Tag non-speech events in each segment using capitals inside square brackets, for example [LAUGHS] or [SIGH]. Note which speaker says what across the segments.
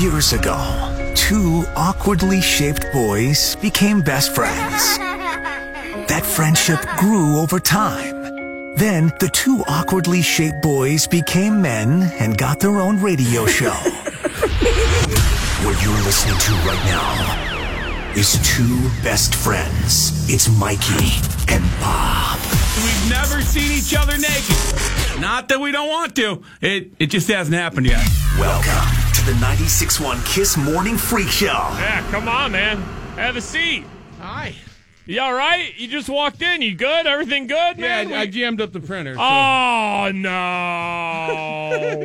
Speaker 1: Years ago, two awkwardly shaped boys became best friends. That friendship grew over time. Then the two awkwardly shaped boys became men and got their own radio show. what you're listening to right now is two best friends. It's Mikey and Bob.
Speaker 2: We've never seen each other naked. Not that we don't want to. It it just hasn't happened yet.
Speaker 1: Welcome to the 96.1 Kiss Morning Freak Show.
Speaker 3: Yeah, come on, man. Have a seat.
Speaker 2: Hi.
Speaker 3: You all right? You just walked in. You good? Everything good,
Speaker 2: Yeah,
Speaker 3: man?
Speaker 2: I, I jammed up the printer. So.
Speaker 3: I, oh
Speaker 2: [LAUGHS]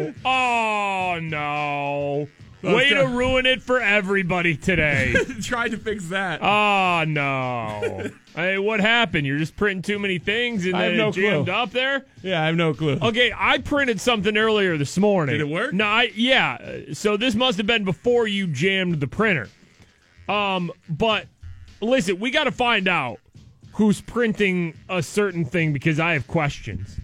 Speaker 3: no! oh no! Way to
Speaker 2: Okay.
Speaker 3: ruin it for everybody today.
Speaker 2: [LAUGHS] [LAUGHS] tried to fix that.
Speaker 3: oh no! Hey, what happened? You're just printing too many things and
Speaker 2: I have
Speaker 3: then
Speaker 2: no
Speaker 3: it jammed
Speaker 2: clue.
Speaker 3: up there.
Speaker 2: yeah, I have no clue.
Speaker 3: [LAUGHS] Okay, I printed something earlier this morning.
Speaker 2: Did it work?
Speaker 3: No, I yeah. So this must have been before you jammed the printer. Um, but listen, we got to find out who's printing a certain thing because I have questions.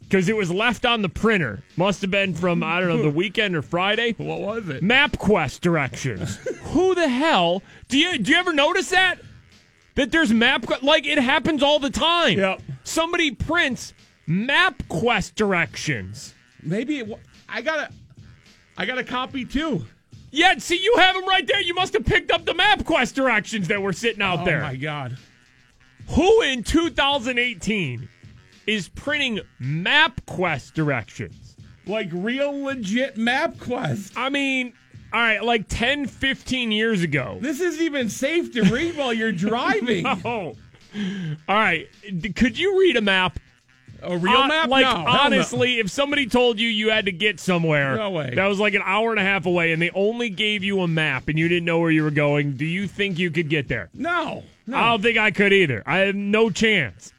Speaker 3: Because it was left on the printer, must have been from I don't
Speaker 2: [LAUGHS]
Speaker 3: know the weekend or Friday.
Speaker 2: What was it?
Speaker 3: MapQuest directions. Who the hell do you do you ever notice that? That there's MapQuest like it happens all the time.
Speaker 2: Yep.
Speaker 3: Somebody prints MapQuest directions.
Speaker 2: Maybe it, wa- I got a I got a copy too.
Speaker 3: Yeah, see you have them right there. You must have picked up the MapQuest directions that were sitting out there.
Speaker 2: Oh my god.
Speaker 3: Who in 2018 is printing MapQuest directions?
Speaker 2: Like real legit map quest.
Speaker 3: I mean, all right, like 10, 15 years ago.
Speaker 2: This isn't even safe to read while
Speaker 3: [LAUGHS]
Speaker 2: you're driving.
Speaker 3: Oh. All right. D- Could you read a map?
Speaker 2: A real
Speaker 3: Uh,
Speaker 2: map?
Speaker 3: Like
Speaker 2: no. hell no.
Speaker 3: honestly, if somebody told you you had to get somewhere,
Speaker 2: No way.
Speaker 3: that was like an hour and a half away, and they only gave you a map, and you didn't know where you were going, do you think you could get there?
Speaker 2: No. No.
Speaker 3: I don't think I could either. I have no chance.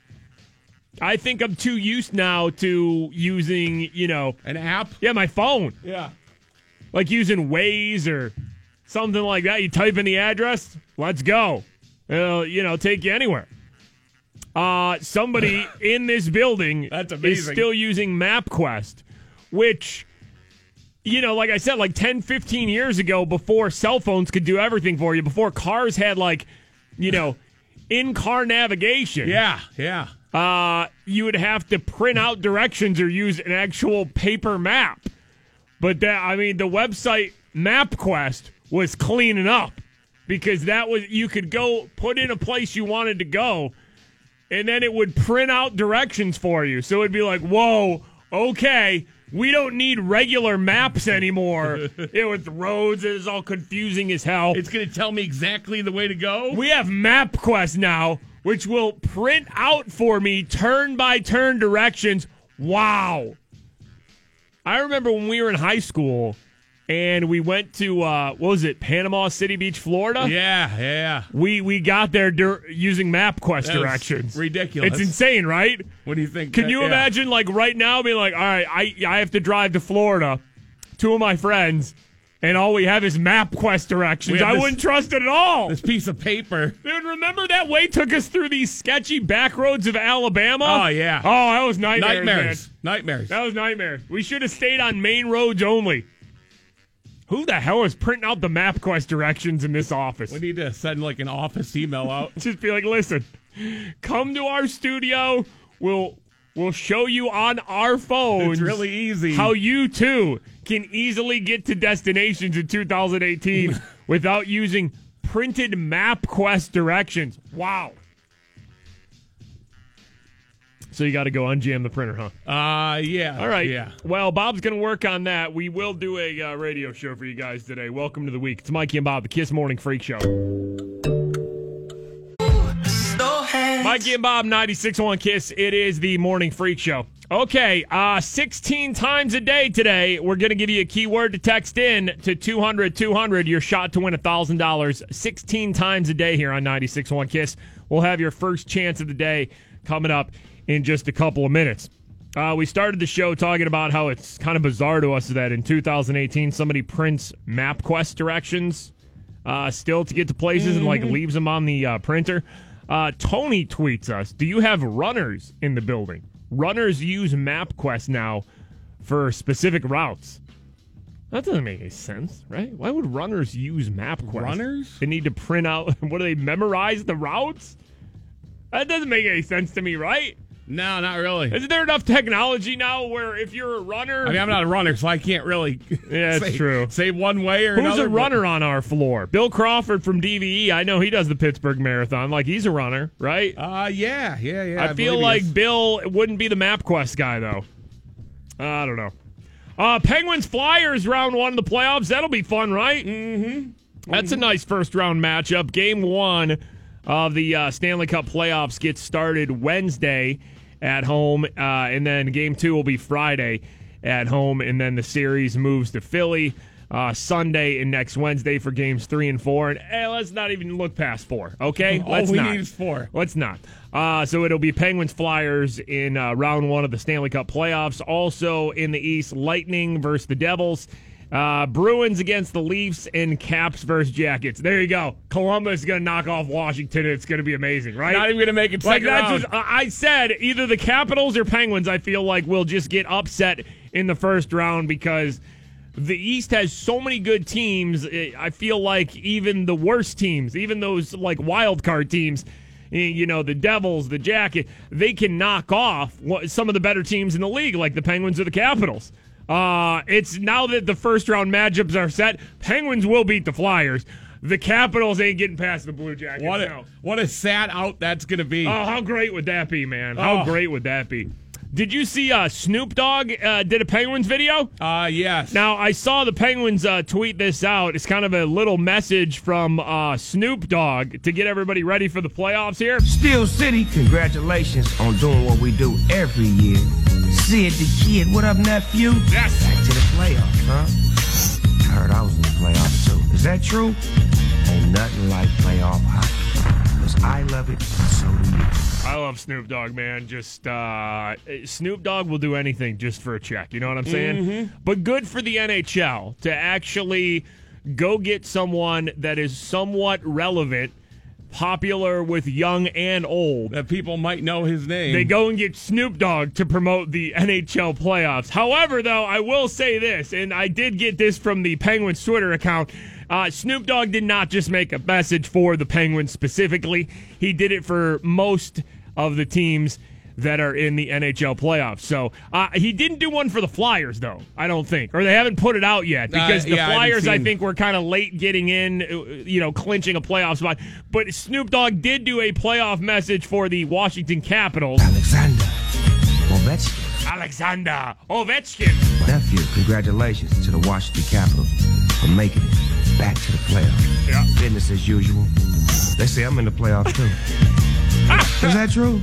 Speaker 3: I think I'm too used now to using, you know,
Speaker 2: An app?
Speaker 3: yeah, my phone,
Speaker 2: Yeah.
Speaker 3: like using Waze or something like that. You type in the address, let's go. It'll, you know, take you anywhere. Uh,
Speaker 2: [LAUGHS]
Speaker 3: somebody in this building
Speaker 2: That's
Speaker 3: is
Speaker 2: amazing.
Speaker 3: still using MapQuest, which, you know, like I said, like 10, 15 years ago, before cell phones could do everything for you, before cars had, like, you know, in car navigation,
Speaker 2: Yeah. Yeah.
Speaker 3: uh, you would have to print out directions or use an actual paper map. But that, I mean, the website MapQuest was cleaning up because that was you could go put in a place you wanted to go, and then it would print out directions for you. So it'd be like, whoa, okay. We don't need regular maps anymore. it with roads, it is all confusing as hell.
Speaker 2: It's going to tell me exactly the way to go.
Speaker 3: We have MapQuest now, which will print out for me turn by turn directions. Wow. I remember when we were in high school and we went to, uh, what was it, Panama City Beach, Florida?
Speaker 2: yeah. Yeah.
Speaker 3: We, we got there dur- using MapQuest
Speaker 2: That was
Speaker 3: directions.
Speaker 2: ridiculous.
Speaker 3: It's insane, right?
Speaker 2: What do you think?
Speaker 3: Can
Speaker 2: that-
Speaker 3: you
Speaker 2: yeah.
Speaker 3: imagine, like, right now being like, all right, I, I have to drive to Florida, two of my friends, and all we have is MapQuest directions?
Speaker 2: have
Speaker 3: I
Speaker 2: this-
Speaker 3: wouldn't trust it at all.
Speaker 2: this piece of paper?
Speaker 3: Dude, remember that way took us through these sketchy back roads of Alabama?
Speaker 2: Oh, yeah.
Speaker 3: Oh, that was nightmares.
Speaker 2: Nightmares.
Speaker 3: man.
Speaker 2: Nightmares.
Speaker 3: That was nightmare. We should have stayed on main roads only. Who the hell is printing out the MapQuest directions in this office?
Speaker 2: We need to send like an office email out.
Speaker 3: [LAUGHS] Just be like, listen, come to our studio. We'll we'll show you on our phones.
Speaker 2: [LAUGHS] It's really easy.
Speaker 3: how you too can easily get to destinations in 2018 without using printed MapQuest directions. Wow. So you got to go unjam the printer, huh?
Speaker 2: Uh, yeah.
Speaker 3: All right.
Speaker 2: Yeah.
Speaker 3: Well, Bob's going to work on that. We will do a uh, radio show for you guys today. Welcome to the week. It's Mikey and Bob, the Kiss Morning Freak Show. Mikey and Bob, 96.1 Kiss. It is the Morning Freak Show. Okay, uh, 16 times a day today, we're going to give you a keyword to text in to 200 200. Your shot to win $1,000 16 times a day here on 96.1 Kiss. We'll have your first chance of the day coming up in just a couple of minutes. Uh, we started the show talking about how it's kind of bizarre to us that in 2018 somebody prints MapQuest directions uh, still to get to places and
Speaker 2: Mm-hmm.
Speaker 3: like leaves them on the uh, printer. Uh, Tony tweets us: Do you have runners in the building? Runners use MapQuest now for specific routes. That doesn't make any sense, right? Why would runners use MapQuest?
Speaker 2: Runners?
Speaker 3: They need to print out. [LAUGHS] What do they memorize the routes? That doesn't make any sense to me, right?
Speaker 2: No, not really.
Speaker 3: Isn't there enough technology now where if you're a runner,
Speaker 2: I mean, I'm not a runner, so I can't really. [LAUGHS]
Speaker 3: Yeah, it's
Speaker 2: say,
Speaker 3: true.
Speaker 2: Say one way or
Speaker 3: who's
Speaker 2: another.
Speaker 3: a runner on our floor? Bill Crawford from DVE. I know he does the Pittsburgh Marathon. Like he's a runner, right?
Speaker 2: Uh, yeah, yeah, yeah.
Speaker 3: I, feel
Speaker 2: believe he
Speaker 3: like [LAUGHS]
Speaker 2: is.
Speaker 3: Bill wouldn't be the MapQuest guy, though. I don't know. Uh, Penguins Flyers round one of the playoffs. That'll be fun, right? Mm-hmm. That's a nice first round matchup. Game one of the uh, Stanley Cup playoffs gets started Wednesday at home, uh, and then game two will be Friday at home, and then the series moves to Philly. Uh, Sunday and next Wednesday for games three and four, and eh, let's not even look past four. Okay,
Speaker 2: All
Speaker 3: let's
Speaker 2: we
Speaker 3: not.
Speaker 2: need is four.
Speaker 3: Let's Oh, not. Uh, so it'll be Penguins Flyers in uh, round one of the Stanley Cup playoffs. Also in the East, Lightning versus the Devils, uh, Bruins against the Leafs, and Caps versus Jackets. There you go. Columbus is going to knock off Washington. It's going to be amazing, right?
Speaker 2: Not even gonna make it
Speaker 3: Like
Speaker 2: second
Speaker 3: that's
Speaker 2: round.
Speaker 3: just- I I said either the Capitals or Penguins. I feel like will just get upset in the first round because. The East has so many good teams. eh, I feel like even the worst teams, even those like wild card teams, eh, you know, the Devils, the Jacket, they can knock off what- some of the better teams in the league, like the Penguins or the Capitals. Uh, it's now that the first round matchups are set, Penguins will beat the Flyers. The Capitals ain't getting past the Blue Jackets.
Speaker 2: What
Speaker 3: no.
Speaker 2: a, what a sad out that's going to be.
Speaker 3: Oh, how great would that be, man? How
Speaker 2: Oh.
Speaker 3: great would that be? Did you see uh, Snoop Dogg uh, did a Penguins video?
Speaker 2: Uh, yes.
Speaker 3: Now, I saw the Penguins uh, tweet this out. It's kind of a little message from uh, Snoop Dogg to get everybody ready for the playoffs here.
Speaker 4: Steel City, congratulations on doing what we do every year. Sid the Kid, what up, nephew?
Speaker 3: Yes.
Speaker 4: Back to the playoffs, huh? I heard I was in the playoffs too. Is that true? Ain't nothing like playoff hockey. Because I love it, so do you.
Speaker 3: I love Snoop Dogg, man. Just uh, Snoop Dogg will do anything just for a check. You know what I'm saying? But good for the NHL to actually go get someone that is somewhat relevant, popular with young and old.
Speaker 2: that people might know his name.
Speaker 3: They go and get Snoop Dogg to promote the NHL playoffs. However, though, I will say this, and I did get this from the Penguins Twitter account. Uh, Snoop Dogg did not just make a message for the Penguins specifically, he did it for most of the teams that are in the NHL playoffs. So uh, he didn't do one for the Flyers, though, I don't think. Or they haven't put it out yet because
Speaker 2: Uh, yeah,
Speaker 3: the
Speaker 2: I haven't
Speaker 3: Flyers, I
Speaker 2: seen-
Speaker 3: think, were kind of late getting in, uh, you know, clinching a playoff spot. But Snoop Dogg did do a playoff message for the Washington Capitals.
Speaker 4: Alexander, Ovechkin,
Speaker 3: Alexander Ovechkin.
Speaker 4: nephew, congratulations to the Washington Capitals for making it back to the playoffs.
Speaker 3: Yeah.
Speaker 4: Business as usual. They say I'm in the
Speaker 3: [LAUGHS]
Speaker 4: playoffs too. Is that true?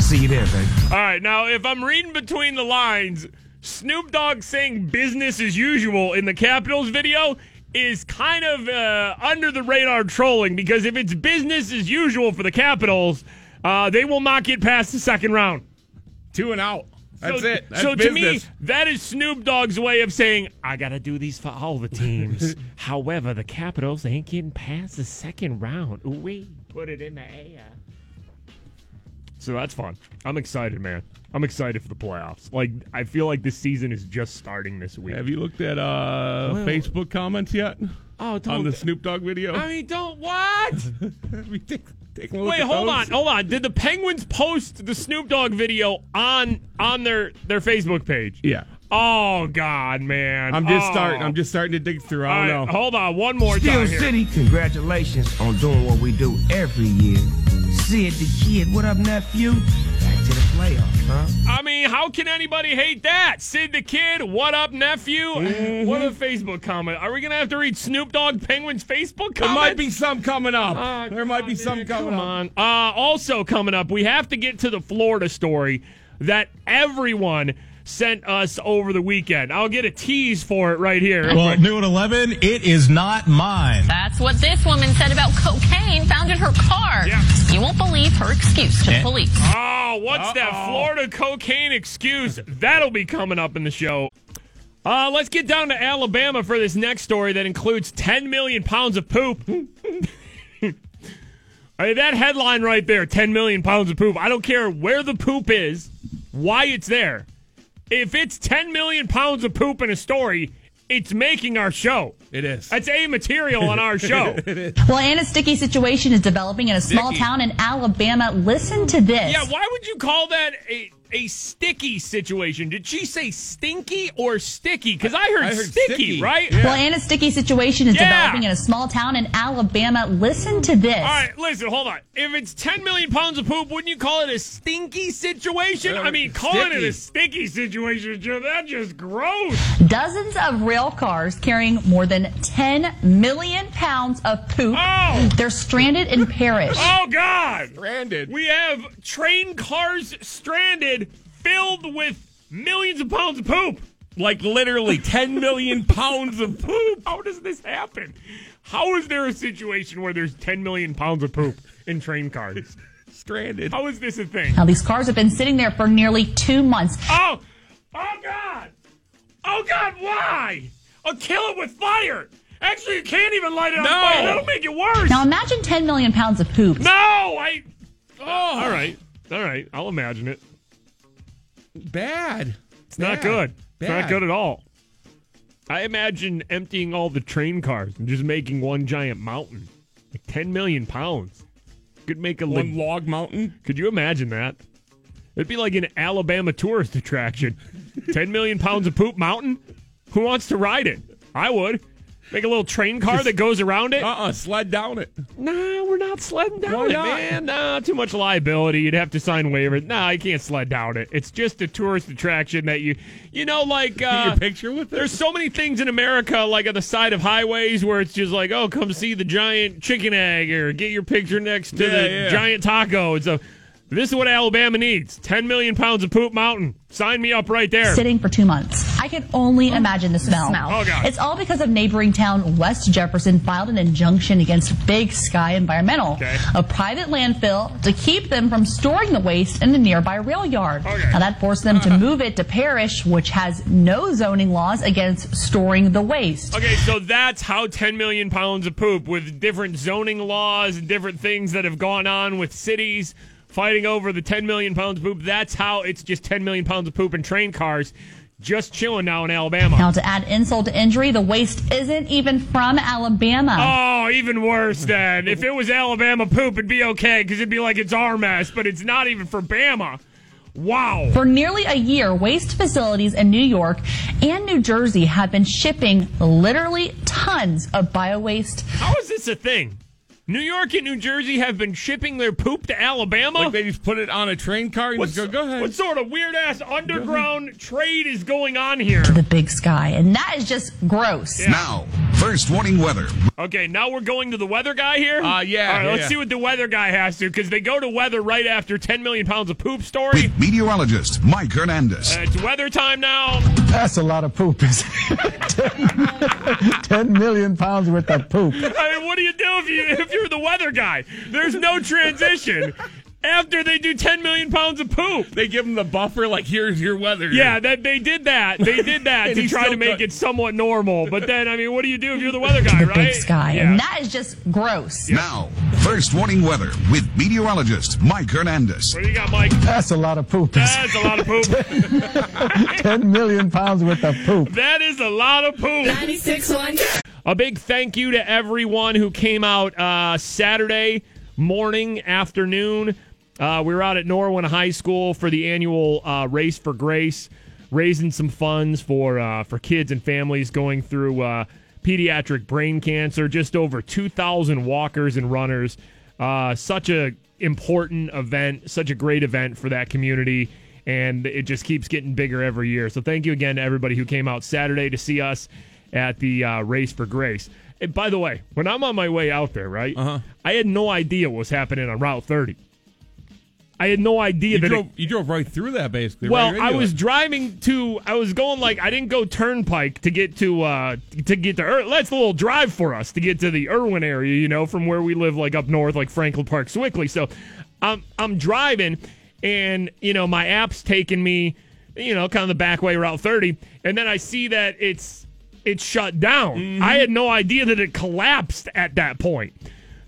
Speaker 4: See you there, baby.
Speaker 3: All right, now if I'm reading between the lines, Snoop Dogg saying business as usual in the Capitals video is kind of uh, under the radar trolling because if it's business as usual for the Capitals, uh, they will not get past the second round.
Speaker 2: two and out. That's
Speaker 3: so,
Speaker 2: it. That's
Speaker 3: so to me,
Speaker 2: business.
Speaker 3: that is Snoop Dogg's way of saying I gotta do these for all
Speaker 2: [LAUGHS]
Speaker 3: the teams. However, the Capitals they ain't getting past the second round. We put it in the air. So that's fun. I'm excited, man. I'm excited for the playoffs. Like I feel like this season is just starting this week.
Speaker 2: Have you looked at uh, Facebook comments yet
Speaker 3: oh, don't,
Speaker 2: on the Snoop Dogg video?
Speaker 3: I mean,
Speaker 2: [LAUGHS]
Speaker 3: don't what?
Speaker 2: We take, take a look
Speaker 3: Wait,
Speaker 2: at
Speaker 3: hold
Speaker 2: those.
Speaker 3: on, Oh. hold on. Did the Penguins post the Snoop Dogg video on on their their Facebook page?
Speaker 2: Yeah,
Speaker 3: Oh God, man!
Speaker 2: I'm just
Speaker 3: Oh.
Speaker 2: starting. I'm just starting to dig through.
Speaker 3: All
Speaker 2: I
Speaker 3: right,
Speaker 2: don't know.
Speaker 3: hold on, one more
Speaker 4: Steel
Speaker 3: time. here.
Speaker 4: City, congratulations on doing what we do every year. Sid the Kid, what up, nephew? Back to the playoffs, huh?
Speaker 3: I mean, how can anybody hate that? Sid the Kid, what up, nephew?
Speaker 2: Mm-hmm.
Speaker 3: What a Facebook comment. Are we gonna have to read Snoop Dogg Penguins Facebook comment?
Speaker 2: There might be some coming up.
Speaker 3: Ah,
Speaker 2: [LAUGHS] there might be
Speaker 3: God,
Speaker 2: some
Speaker 3: dude,
Speaker 2: coming
Speaker 3: come
Speaker 2: up.
Speaker 3: on. Uh, also coming up, we have to get to the Florida story that everyone sent us over the weekend. I'll get a tease for it right here.
Speaker 5: Well, new at 11, it is not mine.
Speaker 6: That's what this woman said about cocaine found in her car.
Speaker 3: Yeah.
Speaker 6: You won't believe her excuse to the
Speaker 5: Eh.
Speaker 6: police.
Speaker 3: Oh, what's that
Speaker 2: Uh-oh.
Speaker 3: Florida cocaine excuse? That'll be coming up in the show. Uh, let's get down to Alabama for this next story that includes 10 million pounds of poop. [LAUGHS] Hey, that headline right there 10 million pounds of poop. I don't care where the poop is, why it's there. If it's 10 million pounds of poop in a story, it's making our show.
Speaker 2: It is.
Speaker 3: That's a material on
Speaker 2: [LAUGHS]
Speaker 3: our show.
Speaker 7: Well, and a sticky situation is developing in a small
Speaker 2: Sticky.
Speaker 7: town in Alabama. Listen to this.
Speaker 3: yeah, why would you call that a, a sticky situation? Did she say stinky or sticky? Because I, heard
Speaker 2: I heard
Speaker 3: sticky,
Speaker 2: sticky.
Speaker 3: right?
Speaker 2: Yeah.
Speaker 7: Well, and a sticky situation is
Speaker 3: Yeah.
Speaker 7: developing in a small town in Alabama. Listen to this.
Speaker 3: All right, listen, hold on. If it's 10 million pounds of poop, wouldn't you call it a stinky situation?
Speaker 2: Uh,
Speaker 3: I mean, calling it
Speaker 2: sticky.
Speaker 3: a sticky situation, Joe, that's just gross.
Speaker 7: Dozens of rail cars carrying more than 10 million pounds of poop.
Speaker 3: Oh.
Speaker 7: They're stranded in Paris.
Speaker 3: Oh, God.
Speaker 2: Branded.
Speaker 3: We have train cars stranded filled with millions of pounds of poop. Like [LAUGHS] literally 10 million pounds of poop. How does this happen? How is there a situation where there's 10 million pounds of poop in train cars?
Speaker 2: stranded.
Speaker 3: How is this a [LAUGHS] thing?
Speaker 7: Now, these cars have been sitting there for nearly two months.
Speaker 3: Oh, oh God, oh God, why? Oh, kill it with fire. Actually, you can't even light it on
Speaker 2: No.
Speaker 3: fire. That'll make it worse.
Speaker 7: Now, imagine 10 million pounds of poop.
Speaker 3: No, I. Oh, all right, all right. I'll imagine it.
Speaker 2: Bad.
Speaker 3: It's not good. It's not good at all. I imagine emptying all the train cars and just making one giant mountain, like ten million pounds. Could make a
Speaker 2: One
Speaker 3: leg-
Speaker 2: log mountain.
Speaker 3: Could you imagine that? It'd be like an Alabama
Speaker 2: [LAUGHS]
Speaker 3: tourist attraction. 10 million pounds of poop mountain? Who wants to ride it? I would. Make a little train car that goes around it?
Speaker 2: Uh uh Sled down it.
Speaker 3: nah, we're not sledding down
Speaker 2: Why
Speaker 3: it,
Speaker 2: not?
Speaker 3: man. Nah, too much liability. You'd have to sign waivers. Nah, I can't sled down it. It's just a tourist attraction that you, you know, like. Uh,
Speaker 2: Your picture with it.
Speaker 3: there's so many things in America, like at the side of highways, where it's just like, oh, come see the giant chicken egg or get your picture next to
Speaker 2: Yeah,
Speaker 3: the
Speaker 2: yeah.
Speaker 3: giant taco. And so, this is what Alabama needs 10 million pounds of poop mountain. Sign me up right there.
Speaker 7: Sitting for two months. I can only imagine the smell.
Speaker 6: smell.
Speaker 3: Oh, God.
Speaker 7: It's all because of neighboring town West Jefferson filed an injunction against Big Sky Environmental,
Speaker 3: Okay.
Speaker 7: a private landfill, to keep them from storing the waste in a nearby rail yard.
Speaker 3: Okay. Uh-huh.
Speaker 7: Now that forced them to move it to Parish, which has no zoning laws against storing the waste.
Speaker 3: Okay, so that's how 10 million pounds of poop with different zoning laws and different things that have gone on with cities fighting over the 10 million pounds of poop. That's how it's just 10 million pounds of poop in train cars just chilling now in Alabama.
Speaker 7: Now to add insult to injury, the waste isn't even from Alabama.
Speaker 3: Oh, even worse then. If it was Alabama poop, it'd be okay because it'd be like it's our mess, but it's not even for Bama. Wow.
Speaker 7: For nearly a year, waste facilities in New York and New Jersey have been shipping literally tons of bio waste.
Speaker 3: How is this a thing? New York and New Jersey have been shipping their poop to Alabama?
Speaker 2: Like they just put it on a train car and
Speaker 3: uh, What's-
Speaker 2: just go, go ahead.
Speaker 3: What sort of weird ass underground trade is going on here?
Speaker 7: The big sky, and that is just gross.
Speaker 8: Now, first warning weather.
Speaker 3: Okay, now we're going to the weather guy here?
Speaker 2: Uh, yeah,
Speaker 3: All right,
Speaker 2: yeah,
Speaker 3: let's
Speaker 2: yeah.
Speaker 3: see what the weather guy has to because they go to weather right after 10 million pounds of poop story.
Speaker 8: With meteorologist Mike Hernandez.
Speaker 3: Uh, it's weather time now.
Speaker 9: That's a lot of poop. Is [LAUGHS] 10 million pounds worth of poop.
Speaker 3: I mean, what do you do if you if you're the weather guy? There's no transition after they do 10 million pounds of poop.
Speaker 2: They give them the buffer, like, here's your weather.
Speaker 3: Yeah, that they did that. They did
Speaker 2: [LAUGHS]
Speaker 3: that
Speaker 2: And
Speaker 3: to
Speaker 2: he's
Speaker 3: try
Speaker 2: still
Speaker 3: to make
Speaker 2: cut-
Speaker 3: it somewhat normal. But then, I mean, what do you do if you're the weather guy,
Speaker 7: The
Speaker 3: right?
Speaker 7: big sky,
Speaker 3: Yeah.
Speaker 7: and that is just gross.
Speaker 8: Now, first warning weather with meteorologist Mike Hernandez.
Speaker 3: what do you got, Mike?
Speaker 9: That's a lot of poop. [LAUGHS] Is
Speaker 3: That's a lot of poop.
Speaker 9: 10 million pounds worth of poop.
Speaker 3: That is a lot of poop.
Speaker 10: 96 1.
Speaker 3: A big thank you to everyone who came out uh, Saturday morning, afternoon. Uh, we were out at Norwin High School for the annual uh, Race for Grace, raising some funds for uh, for kids and families going through uh, pediatric brain cancer. Just over two thousand walkers and runners. Uh, such a important event, such a great event for that community, and it just keeps getting bigger every year. So thank you again to everybody who came out Saturday to see us at the uh, race for grace. And by the way, when I'm on my way out there, right? Uh-huh. I had no idea what was happening on Route 30. I had no idea
Speaker 2: You
Speaker 3: that. it-
Speaker 2: drove, you drove right through that, basically.
Speaker 3: well,
Speaker 2: right
Speaker 3: I
Speaker 2: into
Speaker 3: was
Speaker 2: it.
Speaker 3: driving to. I was going like I didn't go Turnpike to get to uh to get to. Ir- That's the little drive for us to get to the Irwin area, you know, from where we live, like up north, like Franklin Park, Swickley. So, I'm I'm driving, and you know my app's taking me, you know, kind of the back way, Route 30, and then I see that it's it's shut down.
Speaker 2: Mm-hmm.
Speaker 3: I had no idea that it collapsed at that point.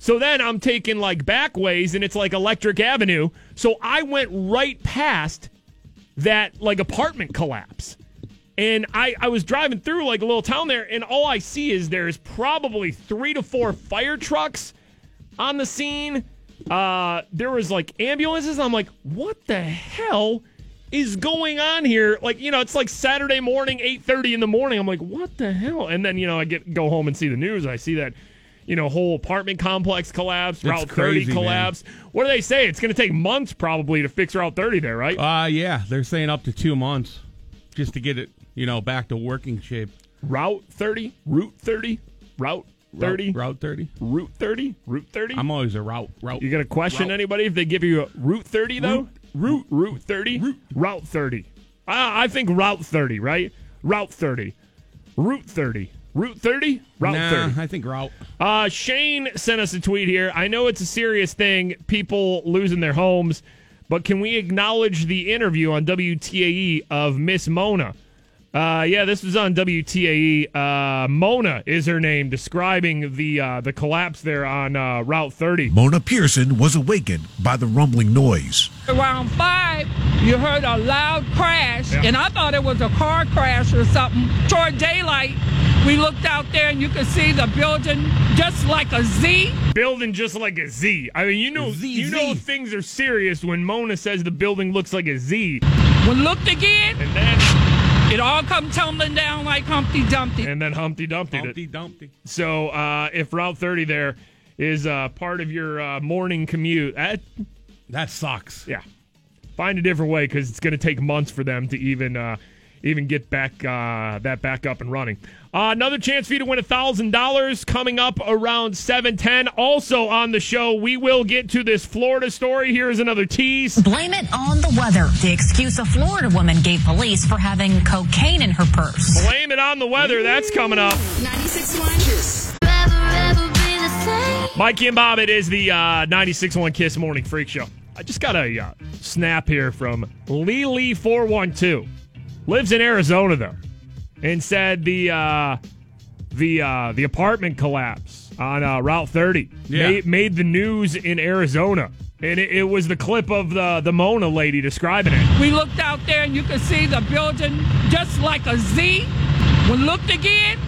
Speaker 3: So then I'm taking like back ways, and it's like Electric Avenue. So I went right past that like apartment collapse. And I, I was driving through like a little town there, and all I see is there's probably three to four fire trucks on the scene. Uh, there was like ambulances. I'm like, what the hell is going on here? Like, you know, it's like Saturday morning, 8:30 in the morning. I'm like, what the hell? And then, you know, I get go home and see the news. I see that, you know, whole apartment complex collapse, Route 30
Speaker 2: crazy, man.
Speaker 3: collapse. What do they say? It's going to take months probably to fix Route 30 there, right?
Speaker 2: Uh, yeah, they're saying up to two months just to get it, you know, back to working shape.
Speaker 3: Route 30, Route 30, Route 30,
Speaker 2: Route, route 30.
Speaker 3: Route 30, Route 30.
Speaker 2: I'm always a route. route.
Speaker 3: you gonna question anybody if they give you a Route 30 though? Route Route 30, Route 30. I, I think Route 30, right? Route 30, Route 30, Route 30, Route
Speaker 2: nah,
Speaker 3: 30.
Speaker 2: I think route.
Speaker 3: Uh, Shane sent us a tweet here. I know it's a serious thing, people losing their homes, but can we acknowledge the interview on WTAE E of Miss Mona? Uh, yeah, this was on WTAE. Uh, Mona is her name, describing the uh, the collapse there on uh, Route 30.
Speaker 10: Mona Pearson was awakened by the rumbling noise.
Speaker 11: Around five, you heard a loud crash,
Speaker 3: Yeah.
Speaker 11: and I thought it was a car crash or something. Toward daylight, we looked out there and you could see the building just like a Z.
Speaker 3: Building just like a Z. I mean, you know,
Speaker 2: Z,
Speaker 3: you
Speaker 2: Z.
Speaker 3: know things are serious when Mona says the building looks like a Z,
Speaker 11: When looked again,
Speaker 3: and then
Speaker 11: it all come tumbling down like Humpty Dumpty.
Speaker 3: and then Humpty Dumpty. did-
Speaker 2: Dumpty Dumpty.
Speaker 3: So uh, if Route 30 there is uh, part of your uh, morning commute, that,
Speaker 2: That sucks.
Speaker 3: yeah, find a different way because it's going to take months for them to even uh, even get back uh, that back up and running. Uh, another chance for you to win thousand dollars coming up around seven ten. Also on the show, we will get to this Florida story. Here is another tease.
Speaker 12: Blame it on the weather. The excuse a Florida woman gave police for having cocaine in her purse.
Speaker 3: Blame it on the weather. That's coming up.
Speaker 12: 96.1
Speaker 3: Mikey and Bob, it is the uh, 96.1 Kiss Morning Freak Show. I just got a uh, snap here from Lily412. Lives in Arizona, though, and said the uh, the uh, the apartment collapse on uh, Route 30
Speaker 2: Yeah.
Speaker 3: made, made the news in Arizona. And it, it was the clip of the, the Mona lady describing it.
Speaker 11: We looked out there and you could see the building just like a Z. When looked again,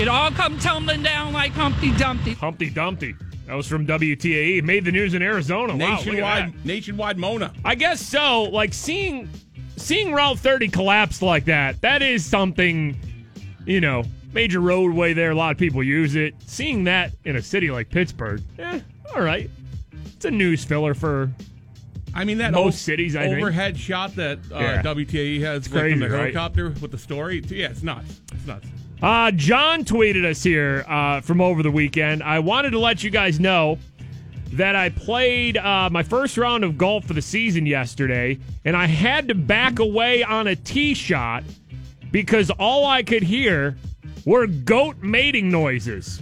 Speaker 11: it all come tumbling down like Humpty Dumpty.
Speaker 3: Humpty Dumpty. That was from WTAE. E. Made the news in Arizona. Wow, look at
Speaker 2: Nationwide,
Speaker 3: that.
Speaker 2: nationwide Mona.
Speaker 3: I guess so. Like seeing seeing Route 30 collapse like that, that is something, you know, major roadway there. A lot of people use it. Seeing that in a city like Pittsburgh, eh, all right. It's a news filler for
Speaker 2: I mean that
Speaker 3: Most
Speaker 2: o-
Speaker 3: cities, I think.
Speaker 2: overhead shot that uh,
Speaker 3: Yeah.
Speaker 2: WTAE has like,
Speaker 3: crazy,
Speaker 2: from the
Speaker 3: right?
Speaker 2: helicopter with the story. Yeah, it's nuts. It's nuts.
Speaker 3: Uh, John tweeted us here uh, from over the weekend. I wanted to let you guys know that I played uh, my first round of golf for the season yesterday, and I had to back away on a tee shot because all I could hear were goat mating noises.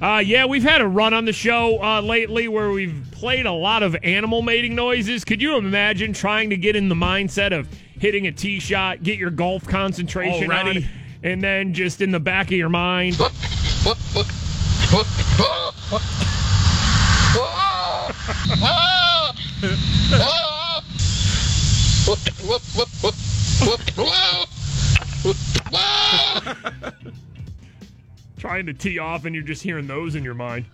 Speaker 3: Uh, yeah, we've had a run on the show uh, lately where we've played a lot of animal mating noises. Could you imagine trying to get in the mindset of hitting a tee shot, get your golf concentration
Speaker 2: Already.
Speaker 3: on, and then just in the back of your mind, trying to tee off, and you're just hearing those in your mind.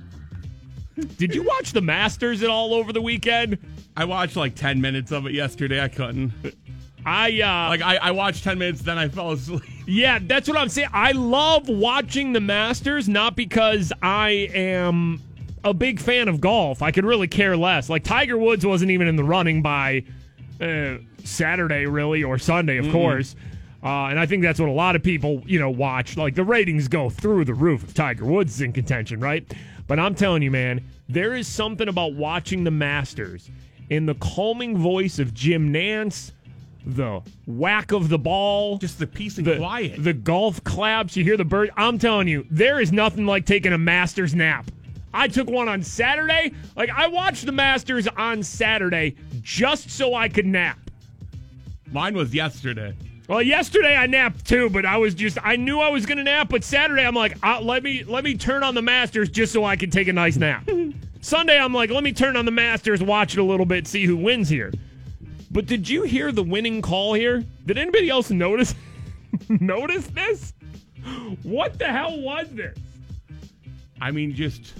Speaker 3: Did you watch the Masters at all over the weekend?
Speaker 2: I watched like ten minutes of it yesterday. I couldn't.
Speaker 3: I uh,
Speaker 2: Like I, I watched ten minutes, then I fell asleep.
Speaker 3: Yeah, that's what I'm saying. I love watching the Masters, not because I am a big fan of golf. I could really care less. Like Tiger Woods wasn't even in the running by uh, Saturday, really, or Sunday, of course. Uh, and I think that's what a lot of people, you know, watch. Like the ratings go through the roof if Tiger Woods is in contention, right? But I'm telling you, man, there is something about watching the Masters in the calming voice of Jim Nance, the whack of the ball,
Speaker 2: Just the peace and
Speaker 3: the,
Speaker 2: quiet.
Speaker 3: The golf claps. You hear the bird. I'm telling you, there is nothing like taking a Masters nap. I took one on Saturday. Like I watched the Masters on Saturday just so I could nap.
Speaker 2: Mine was yesterday.
Speaker 3: Well, yesterday I napped too, but I was just I knew I was gonna nap. But Saturday I'm like, uh, let me let me turn on the Masters just so I can take a nice nap. Sunday I'm like, let me turn on the Masters, watch it a little bit, see who wins here. But did you hear the winning call here? Did anybody else notice? [LAUGHS] notice this? What the hell was this?
Speaker 2: I mean, just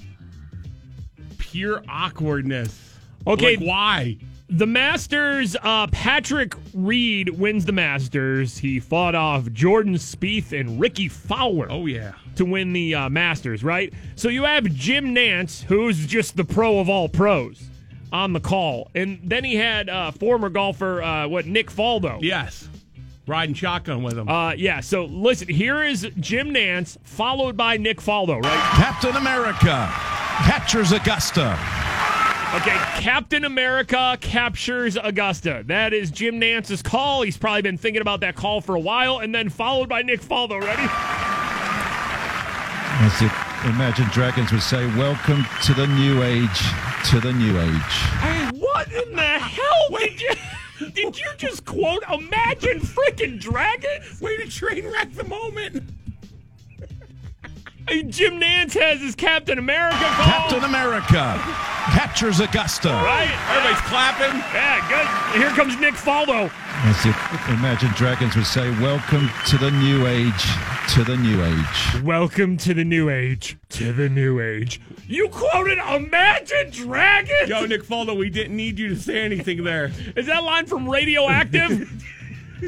Speaker 2: pure awkwardness.
Speaker 3: Okay,
Speaker 2: Like, why?
Speaker 3: The Masters, uh, Patrick Reed wins the Masters. He fought off Jordan Spieth and Ricky Fowler. Oh,
Speaker 2: yeah.
Speaker 3: To win the uh, Masters, right? So you have Jim Nance, who's just the pro of all pros, on the call. And then he had uh, former golfer, uh, what, Nick Faldo.
Speaker 2: Yes. Riding shotgun with him.
Speaker 3: Uh, yeah, so listen, here is Jim Nance, followed by Nick Faldo, right?
Speaker 5: Captain America captures Augusta.
Speaker 3: Okay, Captain America captures Augusta. That is Jim Nance's call. He's probably been thinking about that call for a while, and then followed by Nick Faldo. Ready?
Speaker 13: As if Imagine Dragons would say, Welcome to the new age, to the new age.
Speaker 3: what in the hell? Did you, [LAUGHS] did you just quote Imagine Freaking Dragons? Way to train wreck the moment. Jim Nance has his Captain America call.
Speaker 5: Captain America captures Augusta.
Speaker 3: Right? Everybody's clapping. Yeah, good. Here comes Nick Faldo.
Speaker 13: As if Imagine Dragons would say, Welcome to the new age, to the new age.
Speaker 3: Welcome to the new age. To the new age. You quoted Imagine Dragons?
Speaker 2: Yo, Nick Faldo, we didn't need you to say anything there.
Speaker 3: Is that line from Radioactive?
Speaker 2: [LAUGHS]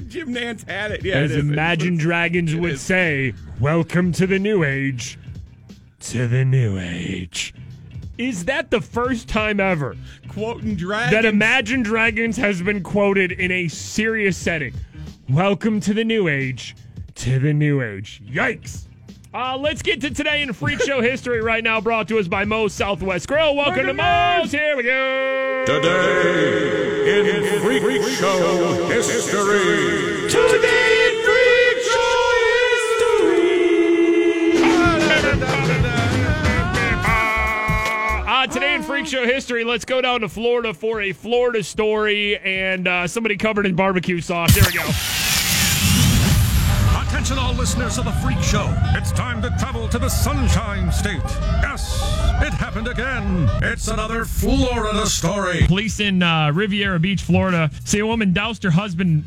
Speaker 2: Jim Nance had it. Yeah,
Speaker 3: As
Speaker 2: it is.
Speaker 3: Imagine Dragons would say, Welcome to the new age. To the new age. Is that the first time ever
Speaker 2: quoting dragons
Speaker 3: that Imagine Dragons has been quoted in a serious setting? Welcome to the new age. To the new age. Yikes. Uh, let's get to today in freak
Speaker 2: [LAUGHS]
Speaker 3: show history right now, brought to us by Moe's Southwest Grill. Welcome to Moe's. Here we go.
Speaker 14: Today in Freak Show History.
Speaker 3: Today in Freak Uh, today in Freak Show history, let's go down to Florida for a Florida story and uh, somebody covered in barbecue sauce. There we go.
Speaker 14: Attention, all listeners of the Freak Show. It's time to travel to the Sunshine State. Yes, it happened again. It's another Florida story.
Speaker 3: Police in uh, Riviera Beach, Florida, see a woman doused her [LAUGHS] husband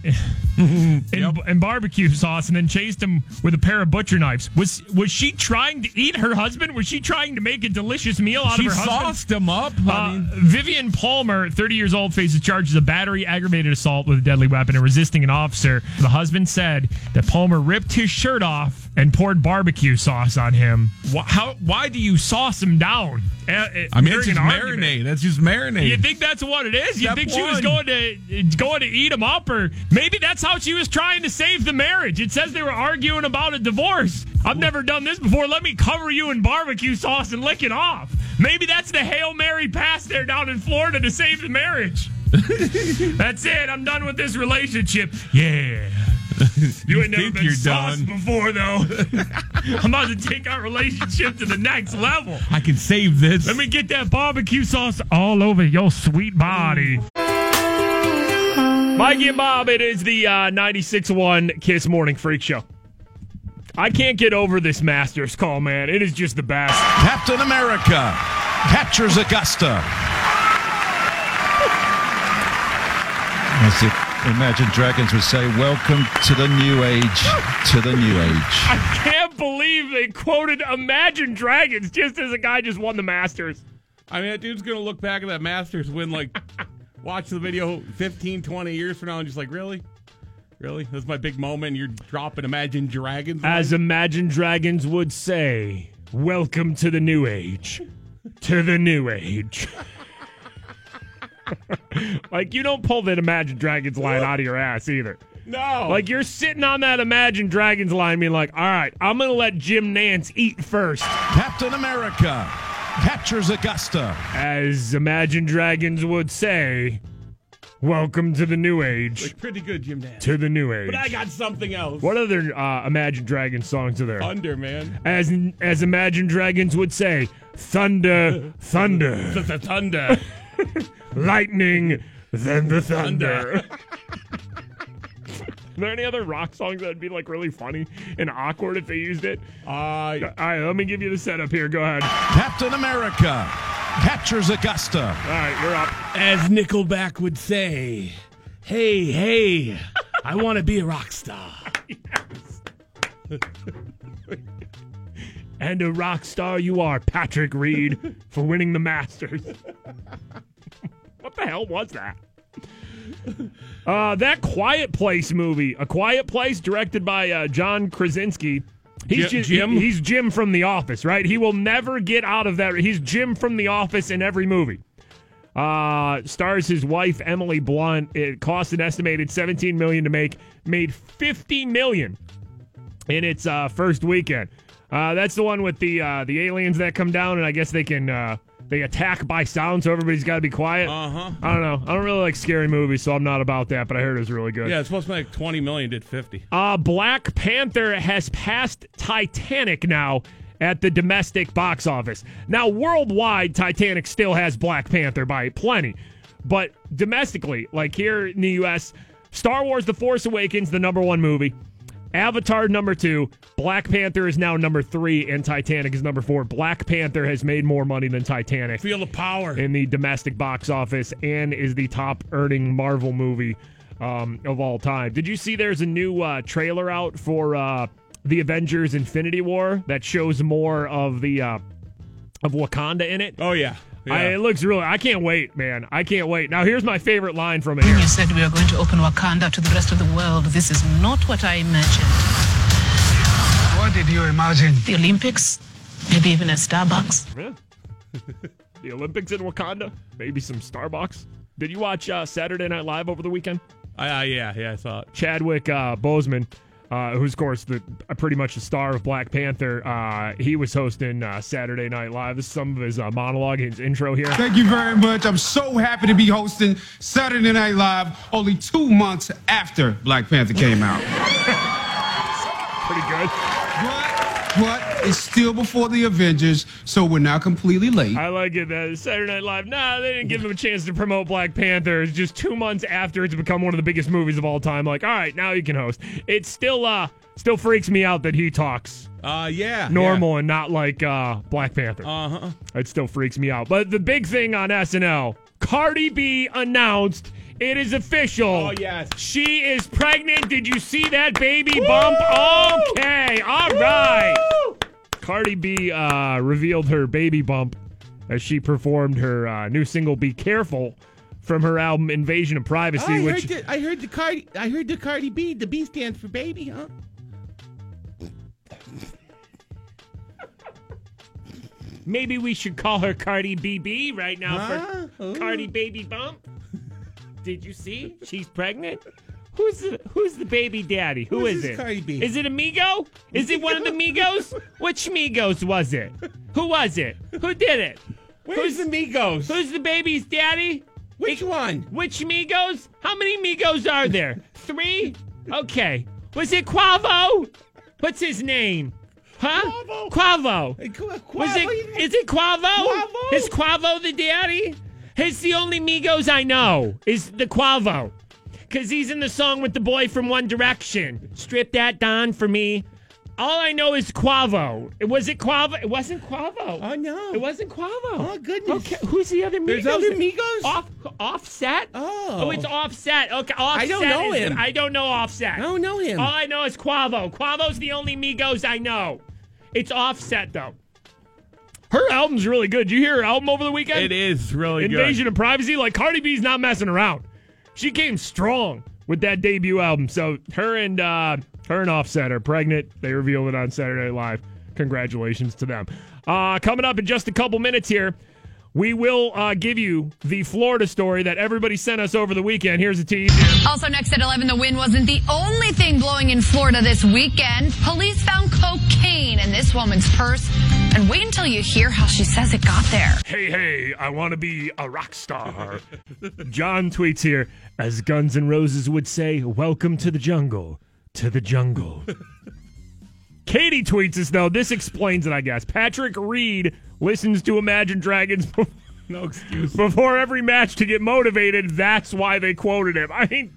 Speaker 3: in, in barbecue sauce and then chased him with a pair of butcher knives. Was was she trying to eat her husband? Was she trying to make a delicious meal out
Speaker 2: She
Speaker 3: of her husband?
Speaker 2: sauced him up. I
Speaker 3: Uh,
Speaker 2: mean,
Speaker 3: Vivian Palmer, 30 years old, faces charges of battery, aggravated assault with a deadly weapon, and resisting an officer. The husband said that Palmer ripped his shirt off and poured barbecue sauce on him. Why, how, why do you sauce him down? Uh, uh,
Speaker 2: I mean,
Speaker 3: during
Speaker 2: that's just
Speaker 3: an argument?
Speaker 2: marinade. That's just marinade.
Speaker 3: You think that's what it is? You
Speaker 2: Step
Speaker 3: think she was
Speaker 2: one.
Speaker 3: going to going to eat him up, or maybe that's how she was trying to save the marriage? It says they were arguing about a divorce. I've never done this before. Let me cover you in barbecue sauce and lick it off. Maybe that's the hail mary pass there down in Florida to save
Speaker 2: [LAUGHS]
Speaker 3: the marriage. that's it. I'm done with this relationship. Yeah. You, ain't never
Speaker 2: think
Speaker 3: been
Speaker 2: you're
Speaker 3: sauced
Speaker 2: done.
Speaker 3: before, though. [LAUGHS] I'm about to take our relationship to the next level.
Speaker 2: I can save this.
Speaker 3: Let me get that barbecue sauce all over your sweet body. Mikey and Bob, it is the uh, 96 1 Kiss Morning Freak Show. I can't get over this Masters call, man. It is just the best.
Speaker 5: Captain America captures Augusta.
Speaker 13: As if Imagine Dragons would say, Welcome to the new age, to the new age.
Speaker 3: I can't believe they quoted Imagine Dragons just as a guy just won the Masters.
Speaker 2: I mean, that dude's going to look back at that Masters win, [LAUGHS] like, watch the video 15, 20 years from now and just like, really? Really? That's my big moment. You're dropping Imagine Dragons.
Speaker 3: As Imagine Dragons would say, welcome to the new age. To the new age. [LAUGHS] like, you don't pull that Imagine Dragons line out of your ass either.
Speaker 2: No.
Speaker 3: Like, you're sitting on that Imagine Dragons line being like, all right, I'm going to let Jim Nance eat first.
Speaker 5: Captain America captures Augusta.
Speaker 3: As Imagine Dragons would say, welcome to the new age.
Speaker 2: Like, pretty good, Jim Dan.
Speaker 3: To the new age.
Speaker 2: But I got something else.
Speaker 3: What other uh, Imagine Dragons songs are there?
Speaker 2: Thunder, man.
Speaker 3: as as Imagine Dragons would say, thunder, thunder, [LAUGHS]
Speaker 2: The [LAUGHS] thunder.
Speaker 3: lightning, then the thunder. [LAUGHS] Are there any other rock songs that'd be like really funny and awkward if they used it? Uh, All right, let me give you the setup here. Go ahead.
Speaker 5: Captain America captures Augusta.
Speaker 3: All right, you're up.
Speaker 2: As Nickelback would say, hey, hey, I want to be a rock star.
Speaker 3: and a rock star you are, Patrick Reed, for winning the Masters. what the hell was that? Uh, that Quiet Place movie, A Quiet Place, directed by uh, John Krasinski. He's
Speaker 2: Ji-
Speaker 3: ju-
Speaker 2: Jim?
Speaker 3: he- he's Jim from The Office, right? He will never get out of that. He's Jim from The Office in every movie. Uh, stars his wife Emily Blunt. It cost an estimated 17 million to make. Made 50 million in its uh, first weekend. Uh, that's the one with the uh, the aliens that come down, and I guess they can uh, they attack by sound, so everybody's got to be quiet. Uh huh. I don't know. I don't really like scary movies, so I'm not about that. But I heard it was really good.
Speaker 2: Yeah, it's supposed to make 20 million, did 50.
Speaker 3: Uh, Black Panther has passed Titanic now at the domestic box office. Now, worldwide, Titanic still has Black Panther by plenty. But domestically, like here in the U.S., Star Wars The Force Awakens, the number one movie. Avatar number two, Black Panther is now number three, and Titanic is number four. Black Panther has made more money than Titanic. Feel the power in the domestic box office, and is the top earning Marvel movie um, of all time. Did you see? There's a new uh, trailer out for uh, the Avengers: Infinity War that shows more of the uh, of Wakanda in it. Oh yeah. I,
Speaker 15: Yeah.
Speaker 3: it looks really. I can't wait, man. I can't wait. Now, here's my favorite line from it.
Speaker 16: [LAUGHS]
Speaker 15: You said we are going to open Wakanda to the rest of the world. This is not what I imagined. What did you imagine? The Olympics, maybe even a Starbucks.
Speaker 3: Yeah. the Olympics in Wakanda, maybe some Starbucks. Did you watch uh, Saturday Night Live over the weekend?
Speaker 2: Uh, yeah, yeah, I saw it.
Speaker 3: Chadwick uh, Boseman, uh, who's of course the uh, pretty much the star of Black Panther, uh, he was hosting uh, Saturday Night Live. This is some of his uh, monologue, his intro here.
Speaker 17: Thank you very much. I'm so happy to be hosting Saturday Night Live only two months after Black Panther came out.
Speaker 3: Pretty good.
Speaker 17: But it's still before the Avengers, so we're not completely late.
Speaker 3: I like it. That Saturday Night Live. Nah, they didn't give him a chance to promote Black Panther. It's just two months after it's become one of the biggest movies of all time. Like, all right, now you can host. It still uh still freaks me out that he talks
Speaker 2: Uh, yeah.
Speaker 3: normal and not like uh, Black Panther.
Speaker 2: Uh huh.
Speaker 3: It still freaks me out. But the big thing on SNL, Cardi B announced it is official. Oh yes, she is pregnant. Did you see that baby bump? Okay, all right. Cardi B uh, revealed her baby bump as she performed her uh, new single "Be Careful" from her album "Invasion of Privacy,"
Speaker 18: I
Speaker 3: which
Speaker 18: heard the, I heard the Cardi I heard the Cardi B. The B stands for baby, huh?
Speaker 3: maybe we should call her Cardi BB right now for
Speaker 18: Huh? Ooh.
Speaker 3: Cardi Baby Bump. Did you see? She's pregnant. Who's the Who's the baby daddy? Who
Speaker 18: Who's
Speaker 3: is
Speaker 18: this
Speaker 3: it?
Speaker 18: Cardi B?
Speaker 3: Is it Amigo? Is it one of the Migos? Which Migos was it? Who was it? Who did it? Where's who's the Migos? Who's the baby's daddy? Which one? Which Migos? How many Migos are there? Three? Okay. Was it Quavo? What's his name? Huh? Quavo. Quavo. Was it, is it Quavo? Quavo? Is Quavo the daddy? He's the only Migos I know is the Quavo. Because he's in the song with the boy from One Direction. Strip that down for me. All I know is Quavo. It Was it Quavo? It wasn't Quavo. Oh, no. It wasn't Quavo. Oh, goodness. Okay, who's the other Migos?
Speaker 18: There's other Migos?
Speaker 3: Off, offset?
Speaker 18: Oh.
Speaker 3: Oh, it's Offset. Okay, Offset.
Speaker 18: I don't know
Speaker 3: is-
Speaker 18: him.
Speaker 3: I don't know Offset. I don't
Speaker 18: know him.
Speaker 3: All I know is Quavo. Quavo's the only Migos I know. It's Offset, though. Her album's really good. Did you hear her album over the weekend?
Speaker 2: It is really good.
Speaker 3: Invasion of Privacy. Like Cardi B's not messing around. She came strong with that debut album. So her and uh, her and Offset are pregnant. They revealed it on Saturday Night Live. Congratulations to them. Uh, coming up in just a couple minutes here, we will uh, give you the Florida story that everybody sent us over the weekend. Here's a tease.
Speaker 6: Also, next at 11, the wind wasn't the only thing blowing in Florida this weekend. Police found cocaine in this woman's purse. And wait until you hear how she says it got there.
Speaker 3: Hey, hey, I want to be a rock star. John tweets here, as Guns N' Roses would say, welcome to the jungle, to the jungle. Katie tweets us, though. This explains it, I guess. Patrick Reed listens to Imagine Dragons [LAUGHS] no excuse. before every match to get motivated. That's why they quoted him. I mean,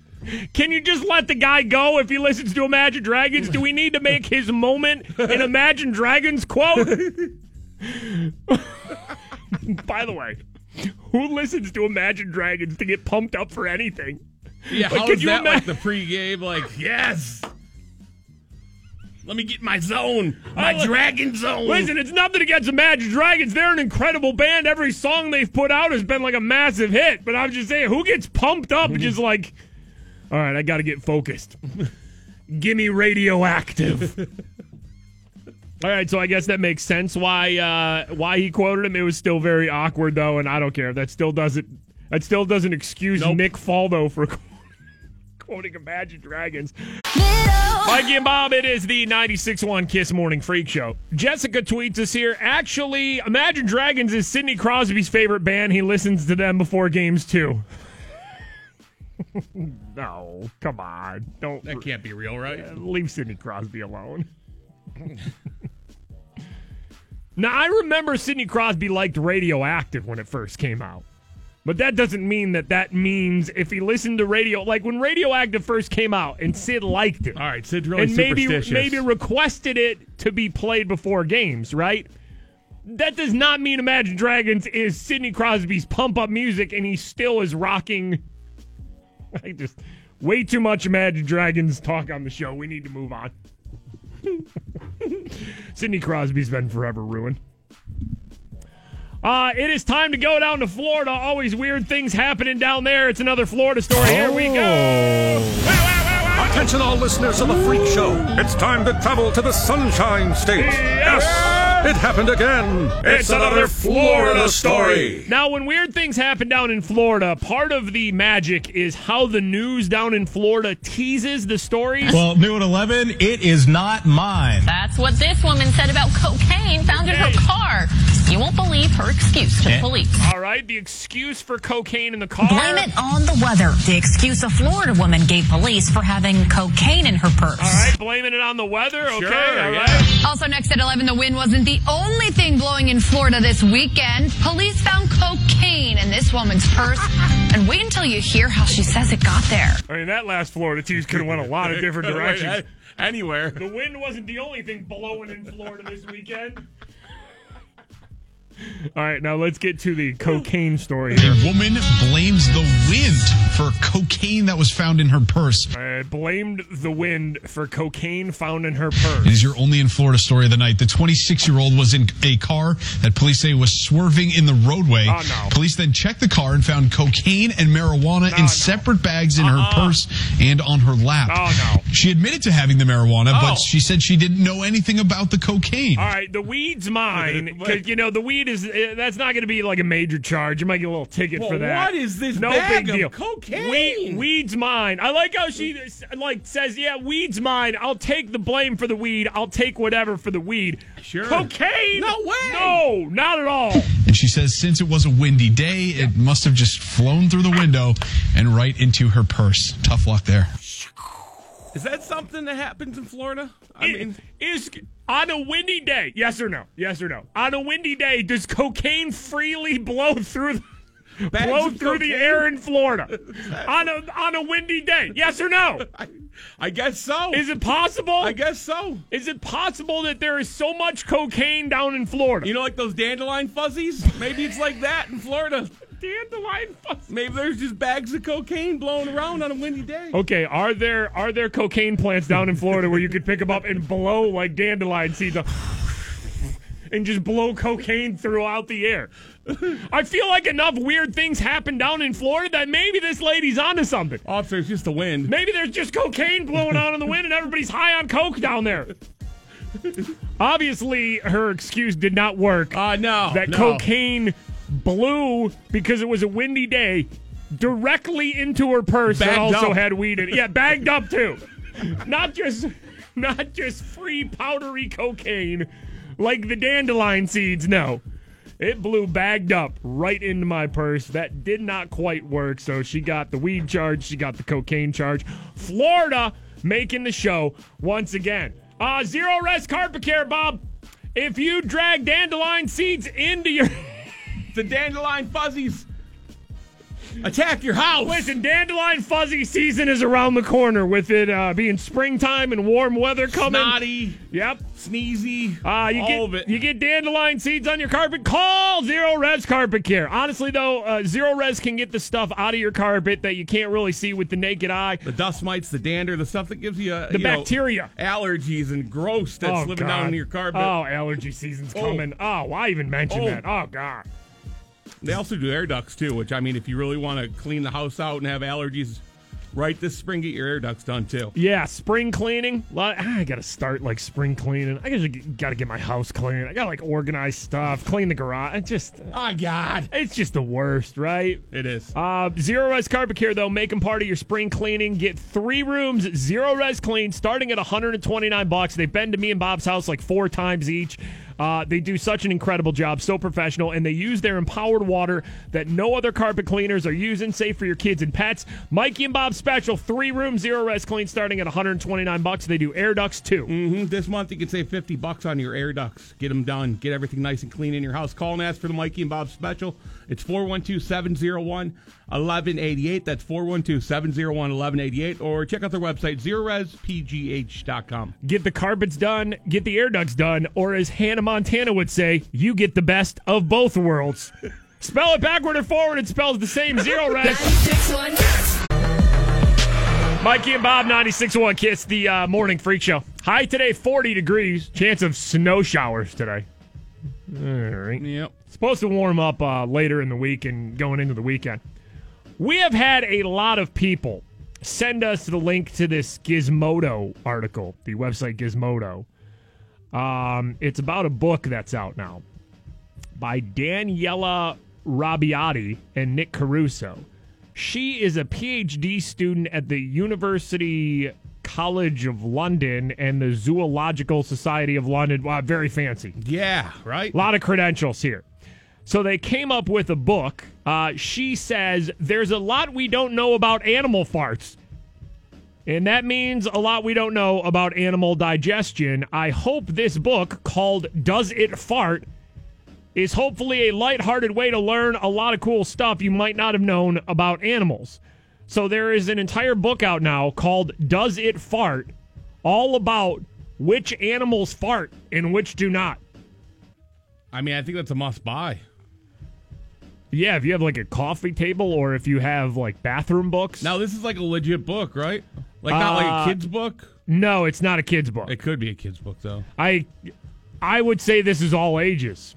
Speaker 3: can you just let the guy go if he listens to Imagine Dragons? Do we need to make his moment an Imagine Dragons quote? [LAUGHS] By the way, who listens to Imagine Dragons to get pumped up for anything?
Speaker 2: Yeah,
Speaker 3: Like,
Speaker 2: how
Speaker 3: could
Speaker 2: is
Speaker 3: you
Speaker 2: that
Speaker 3: ima-
Speaker 2: like the pregame? Like, yes. Let me get my zone, my
Speaker 3: I li-
Speaker 2: dragon zone.
Speaker 3: Listen, it's nothing against the Magic Dragons. They're an incredible band. Every song they've put out has been like a massive hit. But I'm just saying, who gets pumped up and just like, all right, I got to get focused. [LAUGHS] Gimme radioactive. [LAUGHS] all right, so I guess that makes sense why uh, why he quoted him. It was still very awkward though, and I don't care. That still doesn't that still doesn't excuse Nick Faldo for [LAUGHS] quoting a Magic Dragons. Mikey and Bob, it is the 96.1 Kiss Morning Freak Show. Jessica tweets us here. Actually, Imagine Dragons is Sidney Crosby's favorite band. He listens to them before games, too. [LAUGHS] no, come on. Don't.
Speaker 2: That can't be real, right?
Speaker 3: Leave Sidney Crosby alone. [LAUGHS] Now, I remember Sidney Crosby liked Radioactive when it first came out. But that doesn't mean that that means if he listened to radio, like when Radioactive first came out and Sid liked it. All
Speaker 2: right, Sid's really
Speaker 3: and maybe,
Speaker 2: superstitious.
Speaker 3: maybe requested it to be played before games, right? That does not mean Imagine Dragons is Sidney Crosby's pump up music and he still is rocking. [LAUGHS] I just way too much Imagine Dragons talk on the show. We need to move on. [LAUGHS] Sidney Crosby's been forever ruined. Uh, it is time to go down to Florida. Always weird things happening down there. It's another Florida story. Here we
Speaker 2: Oh.
Speaker 3: go.
Speaker 14: Attention, all listeners of the Freak Show. It's time to travel to the Sunshine State. Yes, it happened again. It's another Florida story.
Speaker 3: Now, when weird things happen down in Florida, part of the magic is how the news down in Florida teases the stories.
Speaker 19: Well, new at 11, it is not mine.
Speaker 12: That's what this woman said about cocaine found in her car. You won't believe her excuse to the
Speaker 19: Eh?
Speaker 12: police.
Speaker 3: All right, the excuse for cocaine in the car.
Speaker 12: Blame it on the weather. The excuse a Florida woman gave police for having cocaine in her purse.
Speaker 3: All right, blaming it on the weather. Okay, all right.
Speaker 6: Also, next at 11, the wind wasn't the only thing blowing in Florida this weekend. Police found cocaine in this woman's purse. And wait until you hear how she says it got there.
Speaker 3: I mean, that last Florida tease could have went a lot of [LAUGHS] different
Speaker 2: Wait,
Speaker 3: directions.
Speaker 2: a- anywhere.
Speaker 3: The wind wasn't the only thing blowing in Florida this weekend. All right, now let's get to the cocaine story.
Speaker 19: A woman blames the wind for cocaine that was found in her purse.
Speaker 3: I Uh, blamed the wind for cocaine found in her purse.
Speaker 19: It is your only in Florida story of the night. The 26 year old was in a car that police say was swerving in the roadway.
Speaker 3: Oh, no. Ah,
Speaker 19: Police then checked the car and found cocaine and marijuana in separate bags in her purse and on her lap.
Speaker 3: Uh-huh. Oh, no.
Speaker 19: She admitted to having the marijuana,
Speaker 3: Oh. Uh.
Speaker 19: but she said she didn't know anything about the cocaine.
Speaker 3: All right, the weed's
Speaker 2: [LAUGHS]
Speaker 3: mine. 'cause, you know, the weed is eh, that's not going to be like a major charge. You might get a little ticket
Speaker 2: Well,
Speaker 3: for that.
Speaker 2: what is this
Speaker 3: No
Speaker 2: bag
Speaker 3: big
Speaker 2: of
Speaker 3: deal.
Speaker 2: cocaine?
Speaker 3: Weed, weed's mine. I like how she s- like says, "Yeah, weed's mine. I'll take the blame for the weed. I'll take whatever for the weed." Sure. Cocaine? No way. No, not at all.
Speaker 19: And she says since it was a windy day, it must have just flown through the window and right into her purse. Tough luck there.
Speaker 2: Is that something that happens in Florida? [LAUGHS] I mean,
Speaker 3: is on a windy day. Yes or no? Yes or no? On a windy day, does cocaine freely blow through the,
Speaker 2: Bags
Speaker 3: blow
Speaker 2: of
Speaker 3: through the
Speaker 2: cocaine?
Speaker 3: air
Speaker 2: [LAUGHS]
Speaker 3: in Florida? on a on a windy day. Yes or no? I,
Speaker 2: I guess so.
Speaker 3: Is it possible? I
Speaker 2: guess so.
Speaker 3: Is it possible that there is so much cocaine down in Florida?
Speaker 2: You know, like those dandelion fuzzies? Maybe it's like that in Florida.
Speaker 3: Dandelion fuzzies.
Speaker 2: Maybe there's just bags of cocaine blowing around on a windy day.
Speaker 3: Okay, are there are there cocaine plants down in Florida where you could pick them up and blow like dandelion seeds up and just blow cocaine throughout the air? I feel like enough weird things happen down in Florida that maybe this lady's onto something.
Speaker 2: Officer, it's just the wind.
Speaker 3: Maybe there's just cocaine blowing out in the wind and everybody's high on coke down there. Obviously, her excuse did not work. Uh,
Speaker 2: no.
Speaker 3: That
Speaker 2: no.
Speaker 3: cocaine blew because it was a windy day directly into her purse that
Speaker 2: Bagged
Speaker 3: also
Speaker 2: up.
Speaker 3: had weed in it. Yeah, bagged up
Speaker 2: [LAUGHS]
Speaker 3: too. Not just not just free powdery cocaine like the dandelion seeds, no. It blew bagged up right into my purse. That did not quite work. So she got the weed charge. She got the cocaine charge. Florida making the show once again. Uh, zero rest carpet care, Bob. If you drag dandelion seeds into your
Speaker 2: The dandelion fuzzies. Attack your house.
Speaker 3: Listen, dandelion fuzzy season is around the corner with it uh, being springtime and warm weather coming.
Speaker 2: Snotty.
Speaker 3: Yep.
Speaker 2: Sneezy.
Speaker 3: Uh, you
Speaker 2: e- all
Speaker 3: get,
Speaker 2: of it.
Speaker 3: You get dandelion seeds on your carpet. Call Zero Res Carpet Care. Honestly, though, uh, Zero Res can get the stuff out of your carpet that you can't really see with the naked eye.
Speaker 2: The dust mites, the dander, the stuff that gives you uh,
Speaker 3: The
Speaker 2: you know,
Speaker 3: bacteria.
Speaker 2: allergies and gross that's
Speaker 3: Oh,
Speaker 2: living
Speaker 3: God.
Speaker 2: down in your carpet.
Speaker 3: Oh, allergy season's
Speaker 2: Oh.
Speaker 3: coming. Oh, why even mention
Speaker 2: Oh.
Speaker 3: that? Oh, God.
Speaker 2: They also do air ducts too, which I mean, if you really want to clean the house out and have allergies, right this spring get your air ducts done too.
Speaker 3: Yeah, spring cleaning. Lot, ah, I gotta start like spring cleaning. I gotta gotta get my house clean. I gotta like organize stuff, clean the garage. It just
Speaker 2: oh god,
Speaker 3: it's just the worst, right?
Speaker 2: It is.
Speaker 3: Uh, zero res carpet care though, make them part of your spring cleaning. Get three rooms, zero res clean, starting at 129 bucks. They've been to me and Bob's house like four times each. Uh, they do such an incredible job, so professional, and they use their empowered water that no other carpet cleaners are using, safe for your kids and pets. Mikey and Bob's special three room zero res clean starting at 129 bucks. They do air ducts too.
Speaker 2: hmm This month you can save fifty bucks on your air ducts. Get them done. Get everything nice and clean in your house. Call and ask for the Mikey and Bob special. It's 412-701-1188. That's 412-701-1188. Or check out their website, zerorespgh.com.
Speaker 3: Get the carpets done, get the air ducts done, or as Hannah Montana would say, you get the best of both worlds. [LAUGHS] Spell it backward and forward, it spells the same zero res. Mikey and Bob 96.1 Kiss, the uh, morning freak show. High today, 40 degrees. Chance of snow showers today. All right.
Speaker 2: Yep.
Speaker 3: Supposed to warm up uh, later in the week and going into the weekend. We have had a lot of people send us the link to this Gizmodo article, the website Gizmodo. Um, it's about a book that's out now by Daniela Rabiati and Nick Caruso. She is a PhD student at the University College of London and the Zoological Society of London. Wow, very fancy.
Speaker 2: Yeah, right?
Speaker 3: A lot of credentials here. So they came up with a book. Uh, she says there's a lot we don't know about animal farts. And that means a lot we don't know about animal digestion. I hope this book called Does It Fart is hopefully a lighthearted way to learn a lot of cool stuff you might not have known about animals. So there is an entire book out now called Does It Fart? All about which animals fart and which do not.
Speaker 2: I mean, I think that's a must buy.
Speaker 3: Yeah, if you have like a coffee table or if you have like bathroom books.
Speaker 2: Now this is like a legit book, right? Like not like a
Speaker 3: Uh,
Speaker 2: kid's book?
Speaker 3: No, it's not a kid's book.
Speaker 2: It could be a kid's book though.
Speaker 3: I I would say this is all ages.